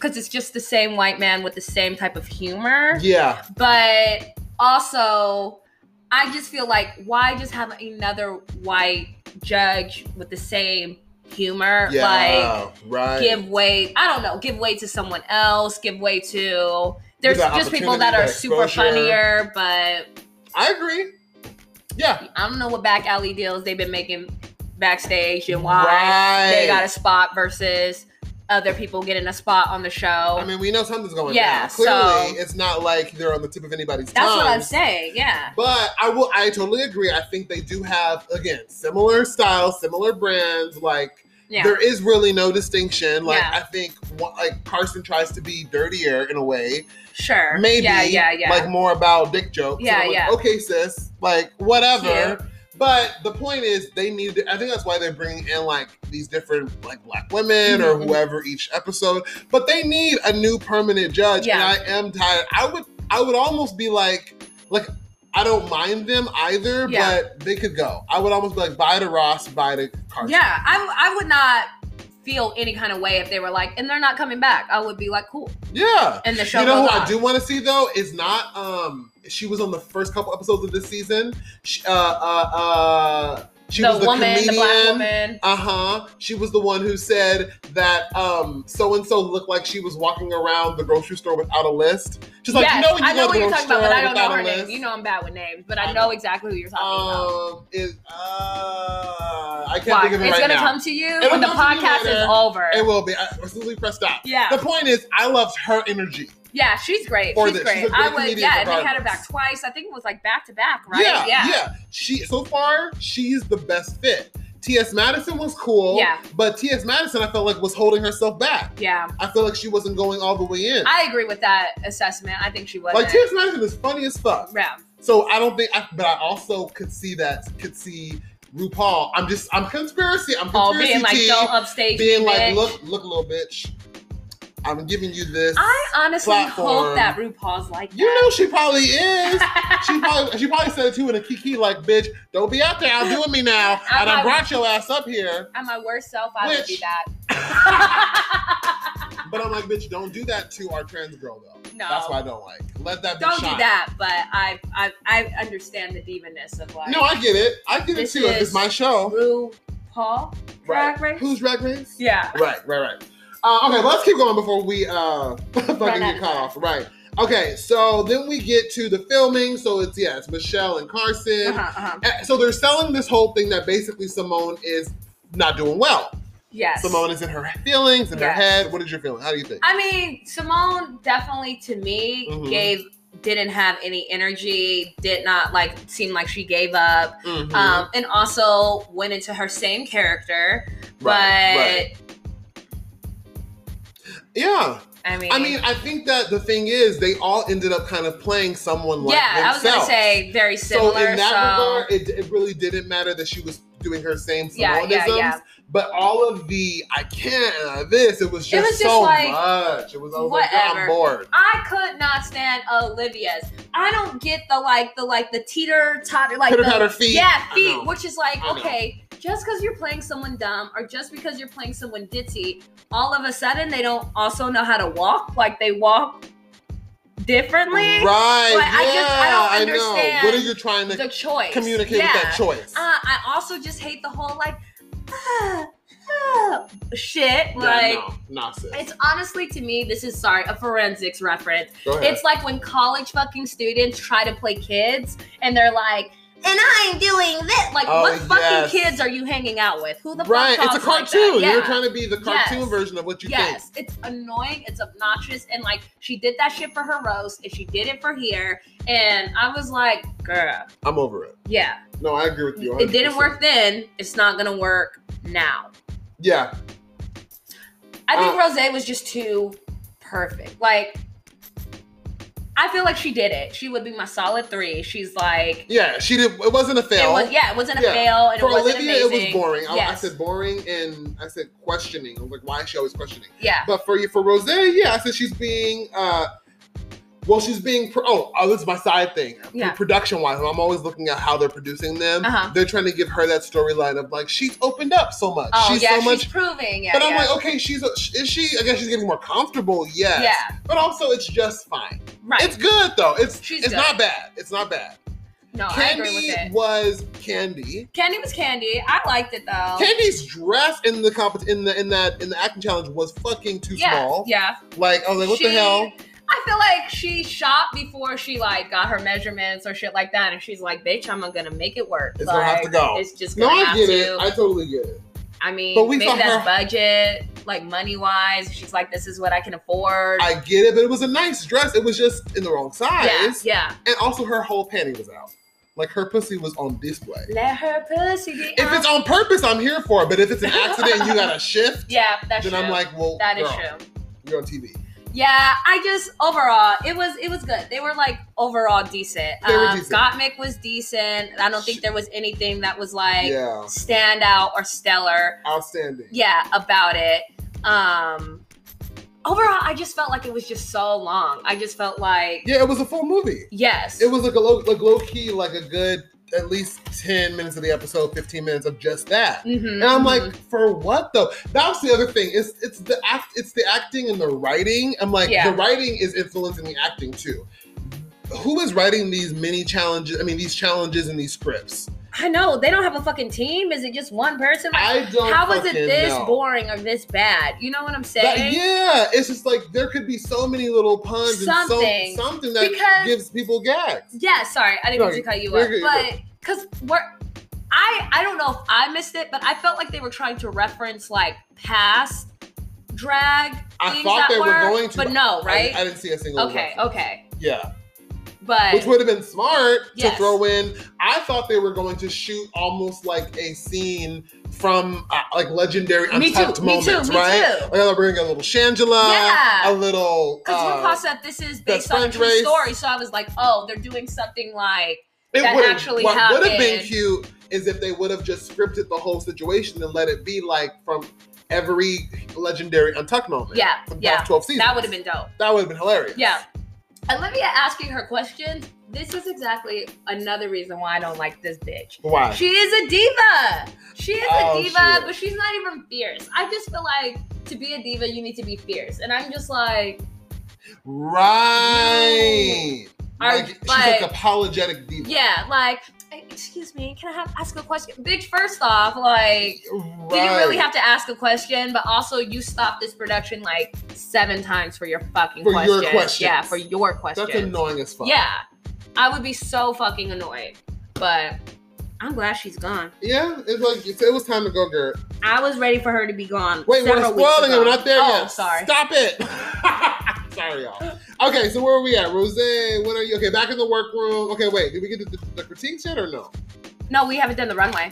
B: cuz it's just the same white man with the same type of humor
A: Yeah.
B: but also I just feel like why just have another white judge with the same humor like
A: Yeah. right.
B: give way I don't know give way to someone else give way to there's
A: got
B: just people that
A: opportunity,
B: are
A: got
B: super
A: exposure.
B: funnier but
A: I agree. Yeah.
B: I don't know what back alley deals they've been making backstage and why
A: Right.
B: they got a spot versus other people getting a spot on the show.
A: I mean, we know something's going
B: Yeah,
A: down. Clearly,
B: so-
A: it's not like they're on the tip of anybody's
B: That's
A: tongue.
B: what I'm saying. Yeah.
A: But I will. I totally agree. I think they do have again similar styles, similar brands. Like
B: Yeah.
A: there is really no distinction. Like
B: Yeah.
A: I think wha- like Carson tries to be dirtier in a way,
B: sure.
A: maybe.
B: Yeah, yeah, yeah.
A: Like more about dick jokes. And
B: Yeah,
A: I'm like,
B: yeah.
A: Okay, sis. Like whatever. But the point is, they need. I think that's why they're bringing in like these different like black women or
B: Mhm.
A: whoever each episode. But they need a new permanent judge,
B: Yeah.
A: and I am tired. I would, I would almost be like, like I don't mind them either,
B: Yeah.
A: but they could go. I would almost be like, bye to Ross, bye to Carson.
B: yeah. I, I would not feel any kind of way if they were like, and they're not coming back. I would be like, cool.
A: yeah.
B: And the show
A: You know who I
B: goes on.
A: do want to see though is not. um She was on the first couple episodes of this season. She, uh, uh, uh, she
B: the
A: was the
B: woman,
A: comedian.
B: the black woman.
A: Uh-huh. She was the one who said that um so and so looked like she was walking around the grocery store without a list. She's like,
B: yes,
A: you know when you
B: I know
A: go to
B: what
A: the
B: you're
A: grocery
B: talking
A: store
B: about, but I don't
A: without
B: know her
A: a list. Oh.
B: name. You know I'm bad with names, but
A: I
B: I
A: know.
B: know exactly who you're talking about.
A: um is uh I can't
B: Watch,
A: think of
B: it's
A: it right
B: gonna
A: now.
B: come to you
A: It'll
B: when the
A: come to you
B: podcast
A: later.
B: is over.
A: it will be I, as soon as we press stop.
B: yeah.
A: The point is, I loved her energy.
B: Yeah, she's great.
A: For
B: she's
A: this.
B: great.
A: She's a great
B: I would.
A: comedian
B: Yeah, and they had her
A: regardless.
B: back twice. I think it was like back to back, right?
A: Yeah, yeah. She so far she's the best fit. T.S. Madison was cool.
B: Yeah.
A: But T.S. Madison, I felt like, was holding herself back.
B: Yeah,
A: I feel like she wasn't going all the way in.
B: I agree with that assessment. I think she was.
A: like, T.S. Madison is funny as fuck.
B: yeah,
A: So I don't think, I, but I also could see that, could see RuPaul. I'm just, I'm conspiracy. I'm
B: all
A: conspiracy
B: Oh, being like
A: tea,
B: go upstage,
A: being
B: me,
A: like,
B: bitch.
A: look, look, little bitch. I'm giving you this.
B: I honestly
A: platform.
B: hope that RuPaul's like
A: you know she probably is.
B: that.
A: She probably she probably said it too in a kiki like, bitch, don't be out there outdoing me now.
B: I
A: And I
B: might-
A: brought your ass up here.
B: At my worst self, I would be
A: Which-
B: that.
A: But I'm like, bitch, don't do that to our trans girl though.
B: No.
A: That's what I don't like. Let that be
B: Oh. Don't
A: shot.
B: do that, but I, I I understand the divaness of like
A: No, I get it. I get
B: This
A: it too. If it's
B: is-
A: my show.
B: RuPaul Drag Race.
A: Who's drag race?
B: yeah.
A: Right, right, right. Uh, okay, well, let's keep going before we uh fucking
B: Run
A: get
B: out of
A: caught
B: time.
A: off. Right. Okay, so then we get to the filming. So it's yes, Michelle and Carson.
B: Uh-huh, uh-huh.
A: Uh, So they're selling this whole thing that basically Simone is not doing well.
B: Yes.
A: Simone is in her feelings, in her
B: Yes.
A: head. What is your feeling? How do you think?
B: I mean, Simone definitely to me
A: Mhm.
B: gave didn't have any energy, did not like seem like she gave up.
A: Mhm.
B: Um, and also went into her same character. But
A: Right, right. yeah,
B: I mean
A: I mean, I think that the thing is, they all ended up kind of playing someone like
B: Yeah, I was
A: themselves.
B: gonna say very similar.
A: so in that
B: so-
A: regard, it, it really didn't matter that she was doing her same
B: Yeah,
A: Simoneisms.
B: yeah, yeah.
A: But all of the I can't uh, this, it was just,
B: was just
A: so
B: like,
A: much. It was, I was like, girl, I'm
B: whatever.
A: bored.
B: I could not stand Olivia's. I don't get the like the like the teeter totter like
A: Could
B: the-
A: have had her feet.
B: yeah
A: I know.
B: feet, which is like
A: I know.
B: okay, just because you're playing someone dumb or just because you're playing someone ditzy, all of a sudden they don't also know how to walk. Like they walk differently.
A: Right.
B: But I just- I don't
A: yeah,
B: understand
A: Know. What are you trying to
B: The choice.
A: communicate with that choice?
B: Uh, I also just hate the whole like ah, ah, shit.
A: Yeah,
B: like
A: no, nah, sis.
B: it's honestly to me, this is sorry a forensics reference.
A: Go ahead.
B: It's like when college fucking students try to play kids and they're like, and I'm doing this. Like,
A: Oh,
B: what
A: yes.
B: fucking kids are you hanging out with? Who the
A: right.
B: fuck
A: It's a
B: talks like
A: cartoon.
B: that?
A: You're
B: Yeah.
A: trying to be the cartoon
B: Yes.
A: version of what you think.
B: yes, it's annoying. It's obnoxious, and like she did that shit for her roast, and she did it for here, and I was like, girl,
A: I'm over it.
B: yeah,
A: No, I agree with you.
B: it didn't
A: 100%.
B: work then. It's not gonna work now.
A: Yeah.
B: I think
A: Uh,
B: Rose was just too perfect. Like, I feel like she did it. She would be my solid three. She's like.
A: Yeah. She did. It wasn't a fail.
B: It was, yeah, it wasn't a
A: Yeah.
B: fail, and
A: For
B: it wasn't
A: Olivia,
B: amazing.
A: it was boring. I- I,
B: Yes.
A: said boring, and I said questioning. I was like, why is she always questioning?
B: yeah,
A: But for you, for Rose, yeah, I said she's being. uh well, she's being pro- oh, oh, this is my side thing.
B: Yeah.
A: Production wise, I'm always looking at how they're producing them.
B: Uh-huh.
A: They're trying to give her that storyline of like she's opened up so much.
B: oh
A: she's
B: yeah,
A: so much
B: she's proving. Yeah,
A: but I'm
B: yeah.
A: like, okay, she's a, is she? I guess she's getting more comfortable. Yes.
B: Yeah.
A: But also, it's just fine.
B: right.
A: It's good though. It's
B: She's
A: it's
B: good.
A: not bad. It's not bad.
B: no,
A: Candy
B: I agree with it.
A: was Candy.
B: Candy was Candy. I liked it though.
A: Candy's dress in the compet in the in that in the acting challenge was fucking too
B: yeah,
A: small.
B: yeah.
A: Like I was like, what the
B: She-
A: hell?
B: I feel like she shot before she like got her measurements or shit like that, and she's like, "Bitch, I'm gonna make it work."
A: It's
B: like,
A: gonna have to go.
B: It's just
A: No,
B: gonna
A: I
B: have
A: get
B: to.
A: it. I totally get it.
B: I mean,
A: But we
B: maybe
A: saw her-
B: that's budget, like money wise. She's like, "This is what I can afford."
A: I get it, but it was a nice dress. It was just in the wrong
B: yeah,
A: size.
B: yeah.
A: And also her whole panty was out. Like her pussy was on display.
B: Let her pussy be.
A: If it's
B: out.
A: on purpose, I'm here for it. But if it's an accident and you gotta shift,
B: yeah, that's
A: then
B: true.
A: I'm like, well,
B: that is
A: girl,
B: true.
A: You're on TV.
B: Yeah, I just overall it was it was good. They were like overall decent.
A: They were
B: Um,
A: decent.
B: Gottmik was decent. I don't think there was anything that was like
A: yeah,
B: standout or stellar.
A: outstanding.
B: Yeah, about it. Um overall I just felt like it was just so long. I just felt like
A: Yeah, it was a full movie.
B: yes.
A: It was like a low, like low key, like a good at least ten minutes of the episode, fifteen minutes of just that.
B: Mhm,
A: And I'm
B: mhm.
A: like, for what though? That was the other thing. It's it's the act, it's the acting and the writing. I'm like,
B: Yeah.
A: the writing is influencing the acting too. Who is writing these mini challenges? I mean, these challenges and these scripts.
B: I know, they don't have a fucking team. Is it just one person? Like
A: I don't.
B: how was it
A: fucking
B: this
A: know.
B: boring or this bad? You know what I'm
A: That-
B: saying?
A: yeah, it's just like there could be so many little puns
B: Something.
A: and so, something that
B: Because-
A: gives people gags.
B: Yeah, sorry, I didn't
A: No,
B: mean to cut you
A: you're
B: up,
A: good, you're
B: but because we're, I I don't know if I missed it, but I felt like they were trying to reference like past drag.
A: I
B: things
A: thought
B: that
A: they were going to,
B: but no,
A: I-
B: right?
A: I, didn't see a single.
B: okay,
A: reference.
B: okay,
A: Yeah,
B: but
A: which would have been smart
B: Yes.
A: to throw in. I thought they were going to shoot almost like a scene from uh, like legendary
B: Me too,
A: untucked
B: me too,
A: moments,
B: me
A: right?
B: too.
A: Like I'll bring a little Shangela,
B: Yeah.
A: a little.
B: Because
A: uh,
B: uh, concept this is
A: Best
B: based on a
A: Friends
B: true
A: Race.
B: story, so I was like, oh, they're doing something like
A: it
B: that
A: would've-
B: actually
A: what would have been
B: happened.
A: cute is if they would have just scripted the whole situation and let it be like from every legendary untucked moment.
B: Yeah,
A: from
B: yeah.
A: 12 seasons.
B: that would have been dope.
A: that would have been hilarious.
B: Yeah. Olivia asking her questions. This is exactly another reason why I don't like this bitch.
A: Why?
B: She is a diva. She is
A: Oh,
B: a diva,
A: shit.
B: but she's not even fierce. I just feel like to be a diva, you need to be fierce, and I'm just like,
A: right.
B: Are-
A: like, she's like
B: like-
A: apologetic diva.
B: yeah, like, excuse me, can I have ask a question, bitch? First off, like.
A: Right.
B: Did you really have to ask a question? But also, you stopped this production like seven times for your fucking
A: For
B: question.
A: your questions.
B: Yeah, for your question.
A: That's annoying as fuck.
B: Yeah, I would be so fucking annoyed. But I'm glad she's gone.
A: Yeah, it's like it's, it was time to go, girl.
B: I was ready for her to be gone.
A: Wait, we're
B: several weeks
A: spoiling it.
B: ago.
A: We're not there
B: oh,
A: yet.
B: Sorry.
A: Stop it. sorry, y'all. Okay, so where are we at, Rose? What are you? Okay, back in the workroom. Okay, wait. Did we get to the, the critiques yet or no?
B: No, we haven't done the runway.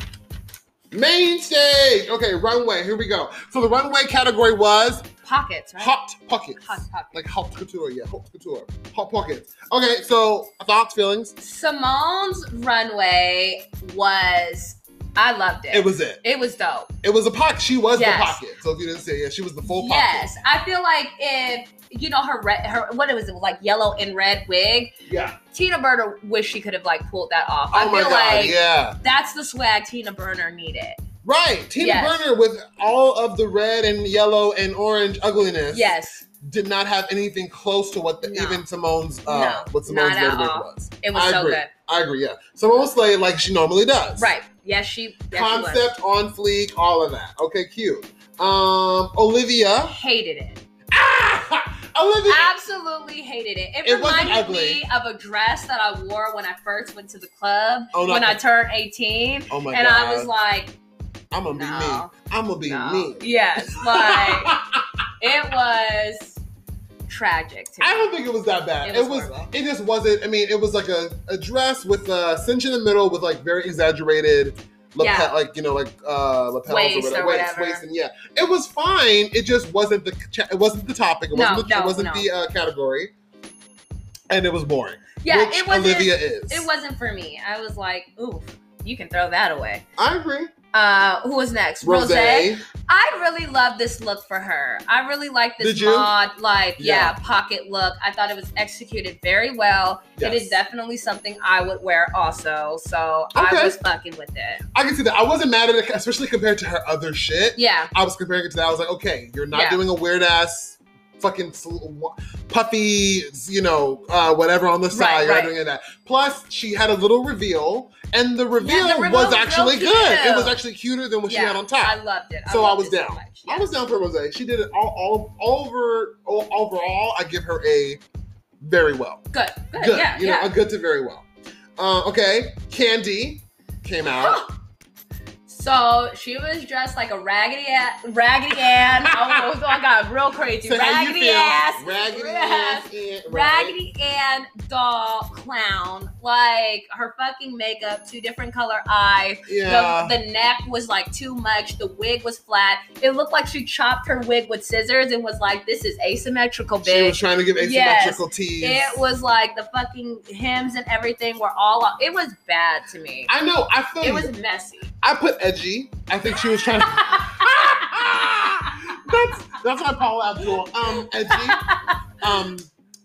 A: Main stage. Okay, runway. Here we go. So the runway category was
B: Pockets, right?
A: hot pockets,
B: Hot pockets.
A: like hot couture. Yeah, hot couture. Hot pockets. Okay, so thoughts, feelings.
B: Simone's runway was. I loved it.
A: It was it.
B: It was dope.
A: It was a pocket. She was
B: Yes.
A: the pocket. So if you didn't see it, yeah, she was the full pocket.
B: Yes, I feel like if you know her red, her what it was, it was like yellow and red wig.
A: Yeah.
B: Tina Burner wish she could have like pulled that off. I
A: Oh my
B: feel
A: god.
B: like
A: yeah.
B: that's the swag Tina Burner needed.
A: Right, Tina
B: Yes.
A: Burner with all of the red and yellow and orange ugliness.
B: Yes,
A: did not have anything close to what the,
B: No.
A: even Simone's uh,
B: No,
A: what Simone's
B: not at
A: red wig
B: all.
A: was.
B: it was
A: I
B: so
A: agree.
B: good.
A: I agree. Yeah, Simone slayed like she normally does.
B: Right? Yes, she. Yes, She was.
A: Concept on fleek, all of that. Okay, cute. Um, Olivia.
B: Hated it.
A: Ah! Olivia.
B: Absolutely hated it. It,
A: It wasn't
B: reminded
A: ugly.
B: me of a dress that I wore when I first went to the club
A: Oh, no.
B: when I turned 18.
A: oh my
B: and
A: god.
B: I was like,
A: I'm gonna be
B: no,
A: me. I'm gonna be
B: no.
A: me.
B: Yes, like it was tragic to me.
A: I don't think it was that bad.
B: It
A: It
B: was
A: was.
B: horrible.
A: it just wasn't. I mean, it was like a, a dress with a cinch in the middle with like very exaggerated lapel,
B: Yeah.
A: like you know, like uh, lapels
B: Waist
A: or whatever.
B: or
A: waist,
B: whatever.
A: waist, and yeah, it was fine. It just wasn't the. cha- It wasn't the topic. It
B: No,
A: wasn't. the,
B: no,
A: it wasn't
B: no.
A: the uh, category. And it was boring.
B: yeah,
A: which
B: it wasn't.
A: Olivia is.
B: It wasn't for me. I was like, oof, you can throw that away.
A: I agree.
B: Uh, who was next?
A: Rose.
B: Rose. I really love this look for her. I really like this
A: Did you?
B: mod, like, yeah.
A: Yeah.
B: pocket look. I thought it was executed very well. It is
A: Yes.
B: definitely something I would wear also. So I
A: Okay.
B: was fucking with it.
A: I can see that. I wasn't mad at it, especially compared to her other shit.
B: Yeah.
A: I was comparing it to that. I was like, okay, you're not
B: Yeah.
A: doing a weird ass fucking sl- wa- puffy, you know, uh, whatever on the side.
B: Right,
A: you're not
B: right.
A: doing any of that. Plus, she had a little reveal, and the reveal,
B: reveal
A: was
B: was
A: actually
B: real
A: good.
B: cute.
A: It was actually cuter than what she
B: Yeah,
A: had on top.
B: I loved it.
A: So
B: loved
A: I was
B: it
A: down.
B: much.
A: I was down for Rose. She did it all, all, all over, all, overall. I give her a very well.
B: Good, good,
A: Good.
B: yeah,
A: you
B: yeah.
A: know, a good to very well. Uh, okay, Candy came out.
B: So she was dressed like a raggedy ass, raggedy Ann. I was- I got real crazy.
A: So how you
B: raggedy
A: feel?
B: ass,
A: Raggedy
B: Yes.
A: ass. and- right.
B: raggedy Ann doll clown. Like her fucking makeup, two different color eyes. The-
A: Yeah.
B: The, neck was like too much. The wig was flat. It looked like she chopped her wig with scissors and was like, "This is asymmetrical,
A: She was
B: bitch."
A: trying to give
B: Yes.
A: asymmetrical tease.
B: It was like the fucking hems and everything were all. It was bad to me.
A: I know. I feel.
B: It
A: you.
B: was messy.
A: I put edgy. I think she was trying. to... that's that's my Paula Abdul. Um, edgy. Um,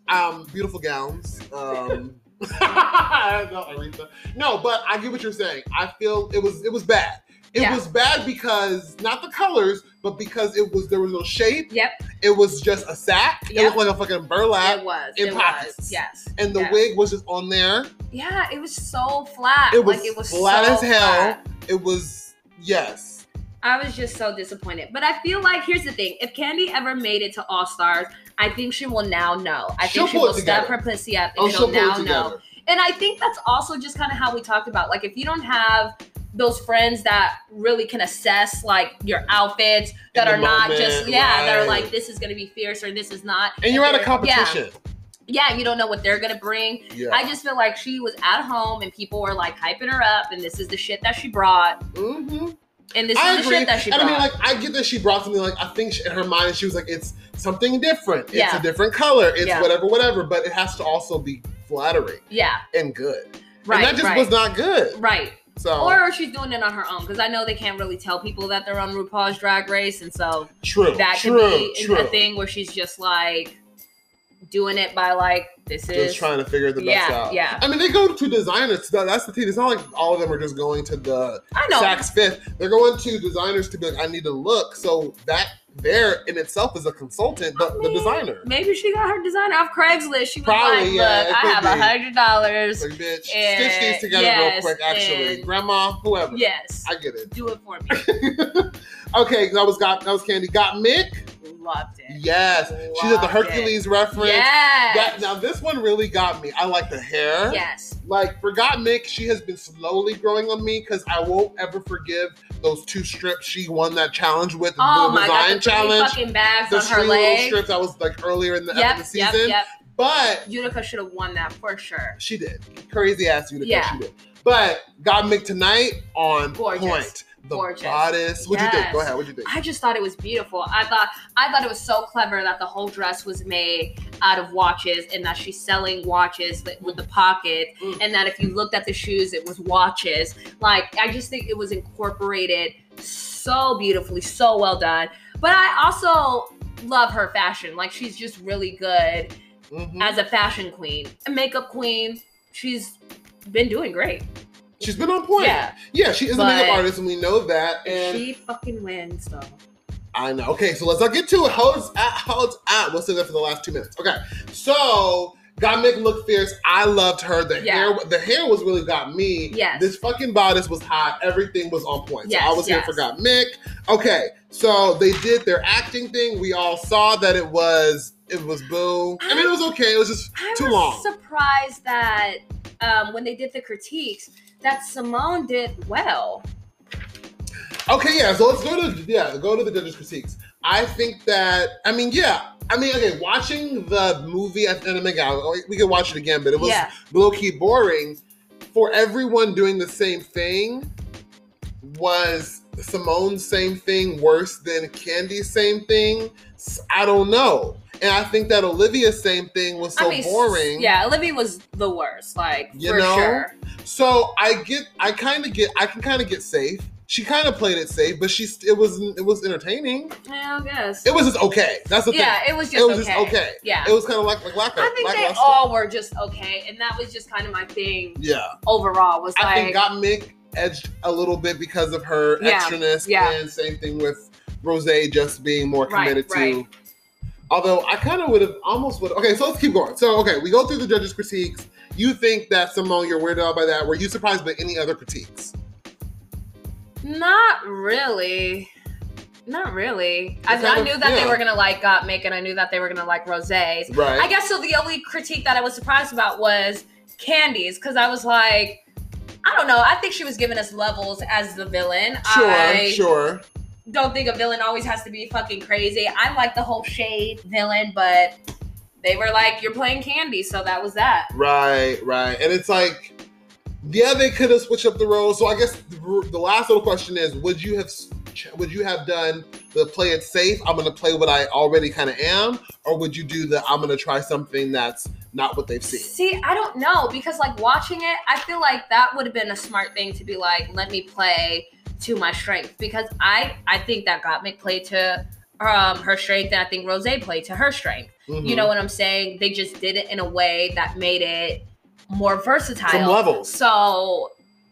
A: um, beautiful gowns. Um. no, Aretha. No, but I get what you're saying. I feel it was it was bad. It
B: Yeah.
A: was bad because not the colors, but because it was there was no shape.
B: Yep.
A: It was just a sack.
B: Yep.
A: It looked like a fucking burlap,
B: It was.
A: in
B: It
A: pockets.
B: was. Yes.
A: and the
B: yeah.
A: wig was just on there.
B: Yeah, it was so flat.
A: It was
B: like, it was
A: flat
B: so
A: as hell.
B: flat.
A: It was yes.
B: I was just so disappointed. But I feel like here's the thing: if Candy ever made it to All Stars, I think she will now know. I
A: She'll
B: think she
A: pull it
B: will step
A: together.
B: her pussy up and
A: Oh,
B: she'll,
A: she'll pull
B: now
A: it
B: know.
A: together.
B: And I think that's also just kind of how we talked about. Like, if you don't have those friends that really can assess like your outfits that
A: the
B: are not
A: moment,
B: just yeah that are
A: right.
B: like this is gonna be fierce or this is not
A: And you're at a
B: Yeah.
A: competition.
B: yeah you don't know what they're gonna bring
A: Yeah.
B: I just feel like she was at home and people were like hyping her up, and this is the shit that she brought.
A: hmm
B: And this
A: I
B: is the
A: agree.
B: shit that she
A: and
B: brought.
A: I mean, like, I get that she brought something. Like, I think she, in her mind, she was like, "It's something different. It's
B: Yeah.
A: a different color. It's
B: Yeah.
A: whatever, whatever." But it has to also be flattering
B: yeah,
A: and good.
B: right,
A: and that just
B: right,
A: was not good.
B: right.
A: So
B: Or she's doing it on her own because I know they can't really tell people that they're on RuPaul's Drag Race, and so
A: true,
B: that could
A: true,
B: be
A: true.
B: a thing where she's just like doing it by like this is
A: just trying to figure the best
B: Yeah,
A: out.
B: yeah.
A: I mean, they go to designers. so That's the thing. It's not like all of them are just going to the
B: I know
A: Saks Fifth. They're going to designers to be like, I need to look. So that there in itself is a consultant, but the
B: mean,
A: designer.
B: Maybe she got her designer off Craigslist. She was
A: Probably,
B: like, "Look,
A: yeah, it
B: I
A: could
B: have
A: be.
B: a hundred dollars.
A: Like, bitch,
B: and-
A: stitch these together real
B: yes,
A: quick, actually.
B: and-
A: Grandma, whoever.
B: Yes,
A: I get it.
B: do it for me."
A: Okay, that was got that was Candy. Got Mick?
B: Loved it.
A: Yes. She did the
B: Loved it.
A: Hercules reference. That-
B: Yes.
A: now this one really got me. I like the hair.
B: yes.
A: Like forgot Mick, she has been slowly growing on me because I won't ever forgive those two strips she won that challenge with
B: Oh
A: the
B: my god,
A: design
B: the three
A: challenge.
B: fucking bags
A: The
B: on her
A: three little
B: leg.
A: strips that was like earlier in the,
B: Yep,
A: the season.
B: yep, yep.
A: But
B: Utica should have won that for sure.
A: She did. Crazy ass Utica,
B: Yeah.
A: she did. But God Mick tonight on
B: Gorgeous.
A: point. The
B: Gorgeous.
A: goddess. What'd you think?
B: Yes.
A: Go ahead. What'd you think?
B: I just thought it was beautiful. I thought I thought it was so clever that the whole dress was made out of watches and that she's selling watches that- with the pocket
A: Mm.
B: and that if you looked at the shoes it was watches. Like I just think it was incorporated so beautifully, so well done. But I also love her fashion. Like she's just really good
A: Mhm.
B: as a fashion queen, a makeup queen. She's been doing great.
A: She's been on point.
B: Yeah.
A: Yeah, she is a
B: But-
A: makeup artist, and we know that. And
B: she fucking wins though.
A: I know. Okay, so let's not get to it. Hold at, hold at. We'll sit there for the last two minutes. Okay, so got Mick look fierce. I loved her. The
B: Yeah.
A: hair, the hair was really got me.
B: Yes.
A: This fucking bodice was hot. Everything was on point.
B: Yes,
A: so I was
B: yes.
A: here for got Mick. Okay, so they did their acting thing. We all saw that it was it was boo. I mean, it was okay. It was just
B: I
A: too
B: was
A: long.
B: surprised that um, when they did the critiques, that Simone did well.
A: Okay, yeah. So let's go to yeah, go to the judges' critiques. I think that I mean, yeah. I mean, okay, watching the movie at the end of we could watch it again, but it was
B: Yeah.
A: low key boring. For everyone doing the same thing, was Simone's same thing worse than Candy's same thing? S- I don't know. And I think that Olivia's same thing was so
B: I mean, s-
A: boring.
B: Yeah, Olivia was the worst, like
A: You
B: for
A: know?
B: sure.
A: So I get, I kind of get, I can kind of get safe. She kind of played it safe, but she, st- it was, it was entertaining.
B: Yeah, I guess.
A: It was just okay. That's the
B: yeah,
A: thing.
B: it was
A: it
B: just
A: was
B: okay.
A: just okay.
B: Yeah.
A: It was kind of like like lack
B: I think they
A: lackluster.
B: all were just okay, and that was just kind of my thing
A: Yeah,
B: overall. Was
A: I
B: like,
A: think got Mick edged a little bit because of her
B: Yeah,
A: extraness.
B: yeah.
A: And same thing with Rose just being more
B: Right,
A: committed
B: right.
A: to. Although I kind of would have almost would. Okay, so let's keep going. So okay, we go through the judges' critiques. You think that Simone, you're weirded out by that? Were you surprised by any other critiques?
B: Not really. Not really. I,
A: It's kind
B: I
A: of-
B: knew that
A: yeah.
B: they were gonna like got make and I knew that they were gonna like rosés.
A: Right.
B: I guess so. The only critique that I was surprised about was candies because I was like, I don't know. I think she was giving us levels as the villain.
A: sure.
B: I
A: sure.
B: don't think a villain always has to be fucking crazy. I like the whole shade villain, but they were like, you're playing candy, so that was that.
A: Right, right. And it's like, yeah, they could have switched up the roles. So I guess the, the last little question is, would you have s- ch- would you have done the play it safe? I'm gonna play what I already kind of am, or would you do the I'm gonna try something that's not what they've seen?
B: See, I don't know because like watching it, I feel like that would have been a smart thing to be like, let me play to my strength because I I think that Gottmik played to um her strength and I think Rose played to her strength. You
A: Mhm.
B: know what I'm saying? They just did it in a way that made it more versatile.
A: Some levels.
B: So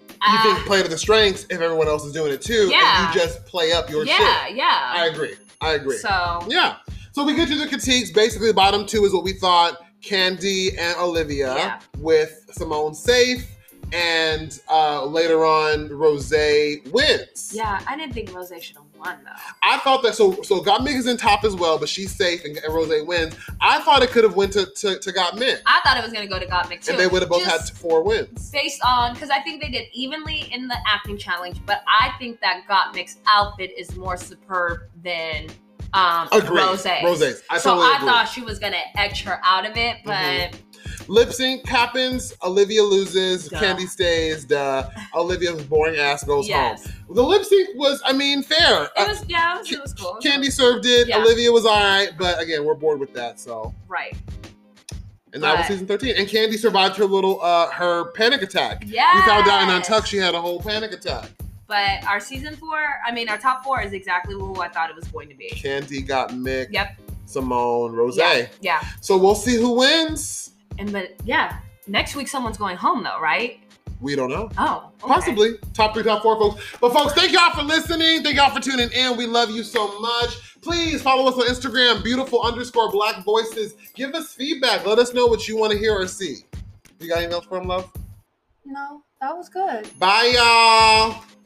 A: you
B: uh,
A: think play to the strengths if everyone else is doing it too,
B: Yeah.
A: and you just play up your
B: yeah,
A: shit. I
B: yeah.
A: agree. I agree.
B: So
A: yeah. So we get to the critiques. Basically, the bottom two is what we thought: Candy and Olivia,
B: Yeah.
A: with Simone safe, and uh, later on Rose wins.
B: yeah, I didn't think Rose should have won though.
A: I thought that so so God Mick is in top as well, but she's safe and, and Rose wins. I thought it could have went to to, to God Mick,
B: I thought it was gonna go to Gottmik too.
A: and they would have both
B: Just-
A: had four wins.
B: based on because I think they did evenly in the acting challenge, but I think that Gottmik's outfit is more superb than um
A: Agreed.
B: Rose.
A: Rose's. I
B: so
A: totally
B: I
A: agree. Mm-hmm.
B: thought she was gonna etch her out of it, but
A: Lip sync happens. Olivia loses.
B: Duh.
A: Candy stays. Duh. Olivia's boring ass goes
B: Yes.
A: home. The lip sync was, I mean, fair.
B: It
A: Uh,
B: was yeah, it was, it was cool.
A: Candy served it.
B: Yeah.
A: Olivia was all right, but again, we're bored with that. So,
B: right.
A: and that was
B: Right.
A: season thirteen. And Candy survived her little uh her panic attack.
B: Yeah.
A: We found out in Untucked she had a whole panic attack.
B: But our season four, I mean our top four is exactly who I thought it was going to be.
A: Candy got Mick,
B: Yep.
A: Simone, Rose.
B: Yeah. Yeah.
A: So we'll see who wins.
B: And but yeah, next week someone's going home though, right?
A: We don't know.
B: Oh, okay.
A: Possibly top three, top four, folks. But folks, thank y'all for listening. Thank y'all for tuning in. We love you so much. Please follow us on Instagram, beautiful underscore black voices. Give us feedback. Let us know what you want to hear or see. You got anything else for 'em, love?
B: No, that was good.
A: Bye, y'all.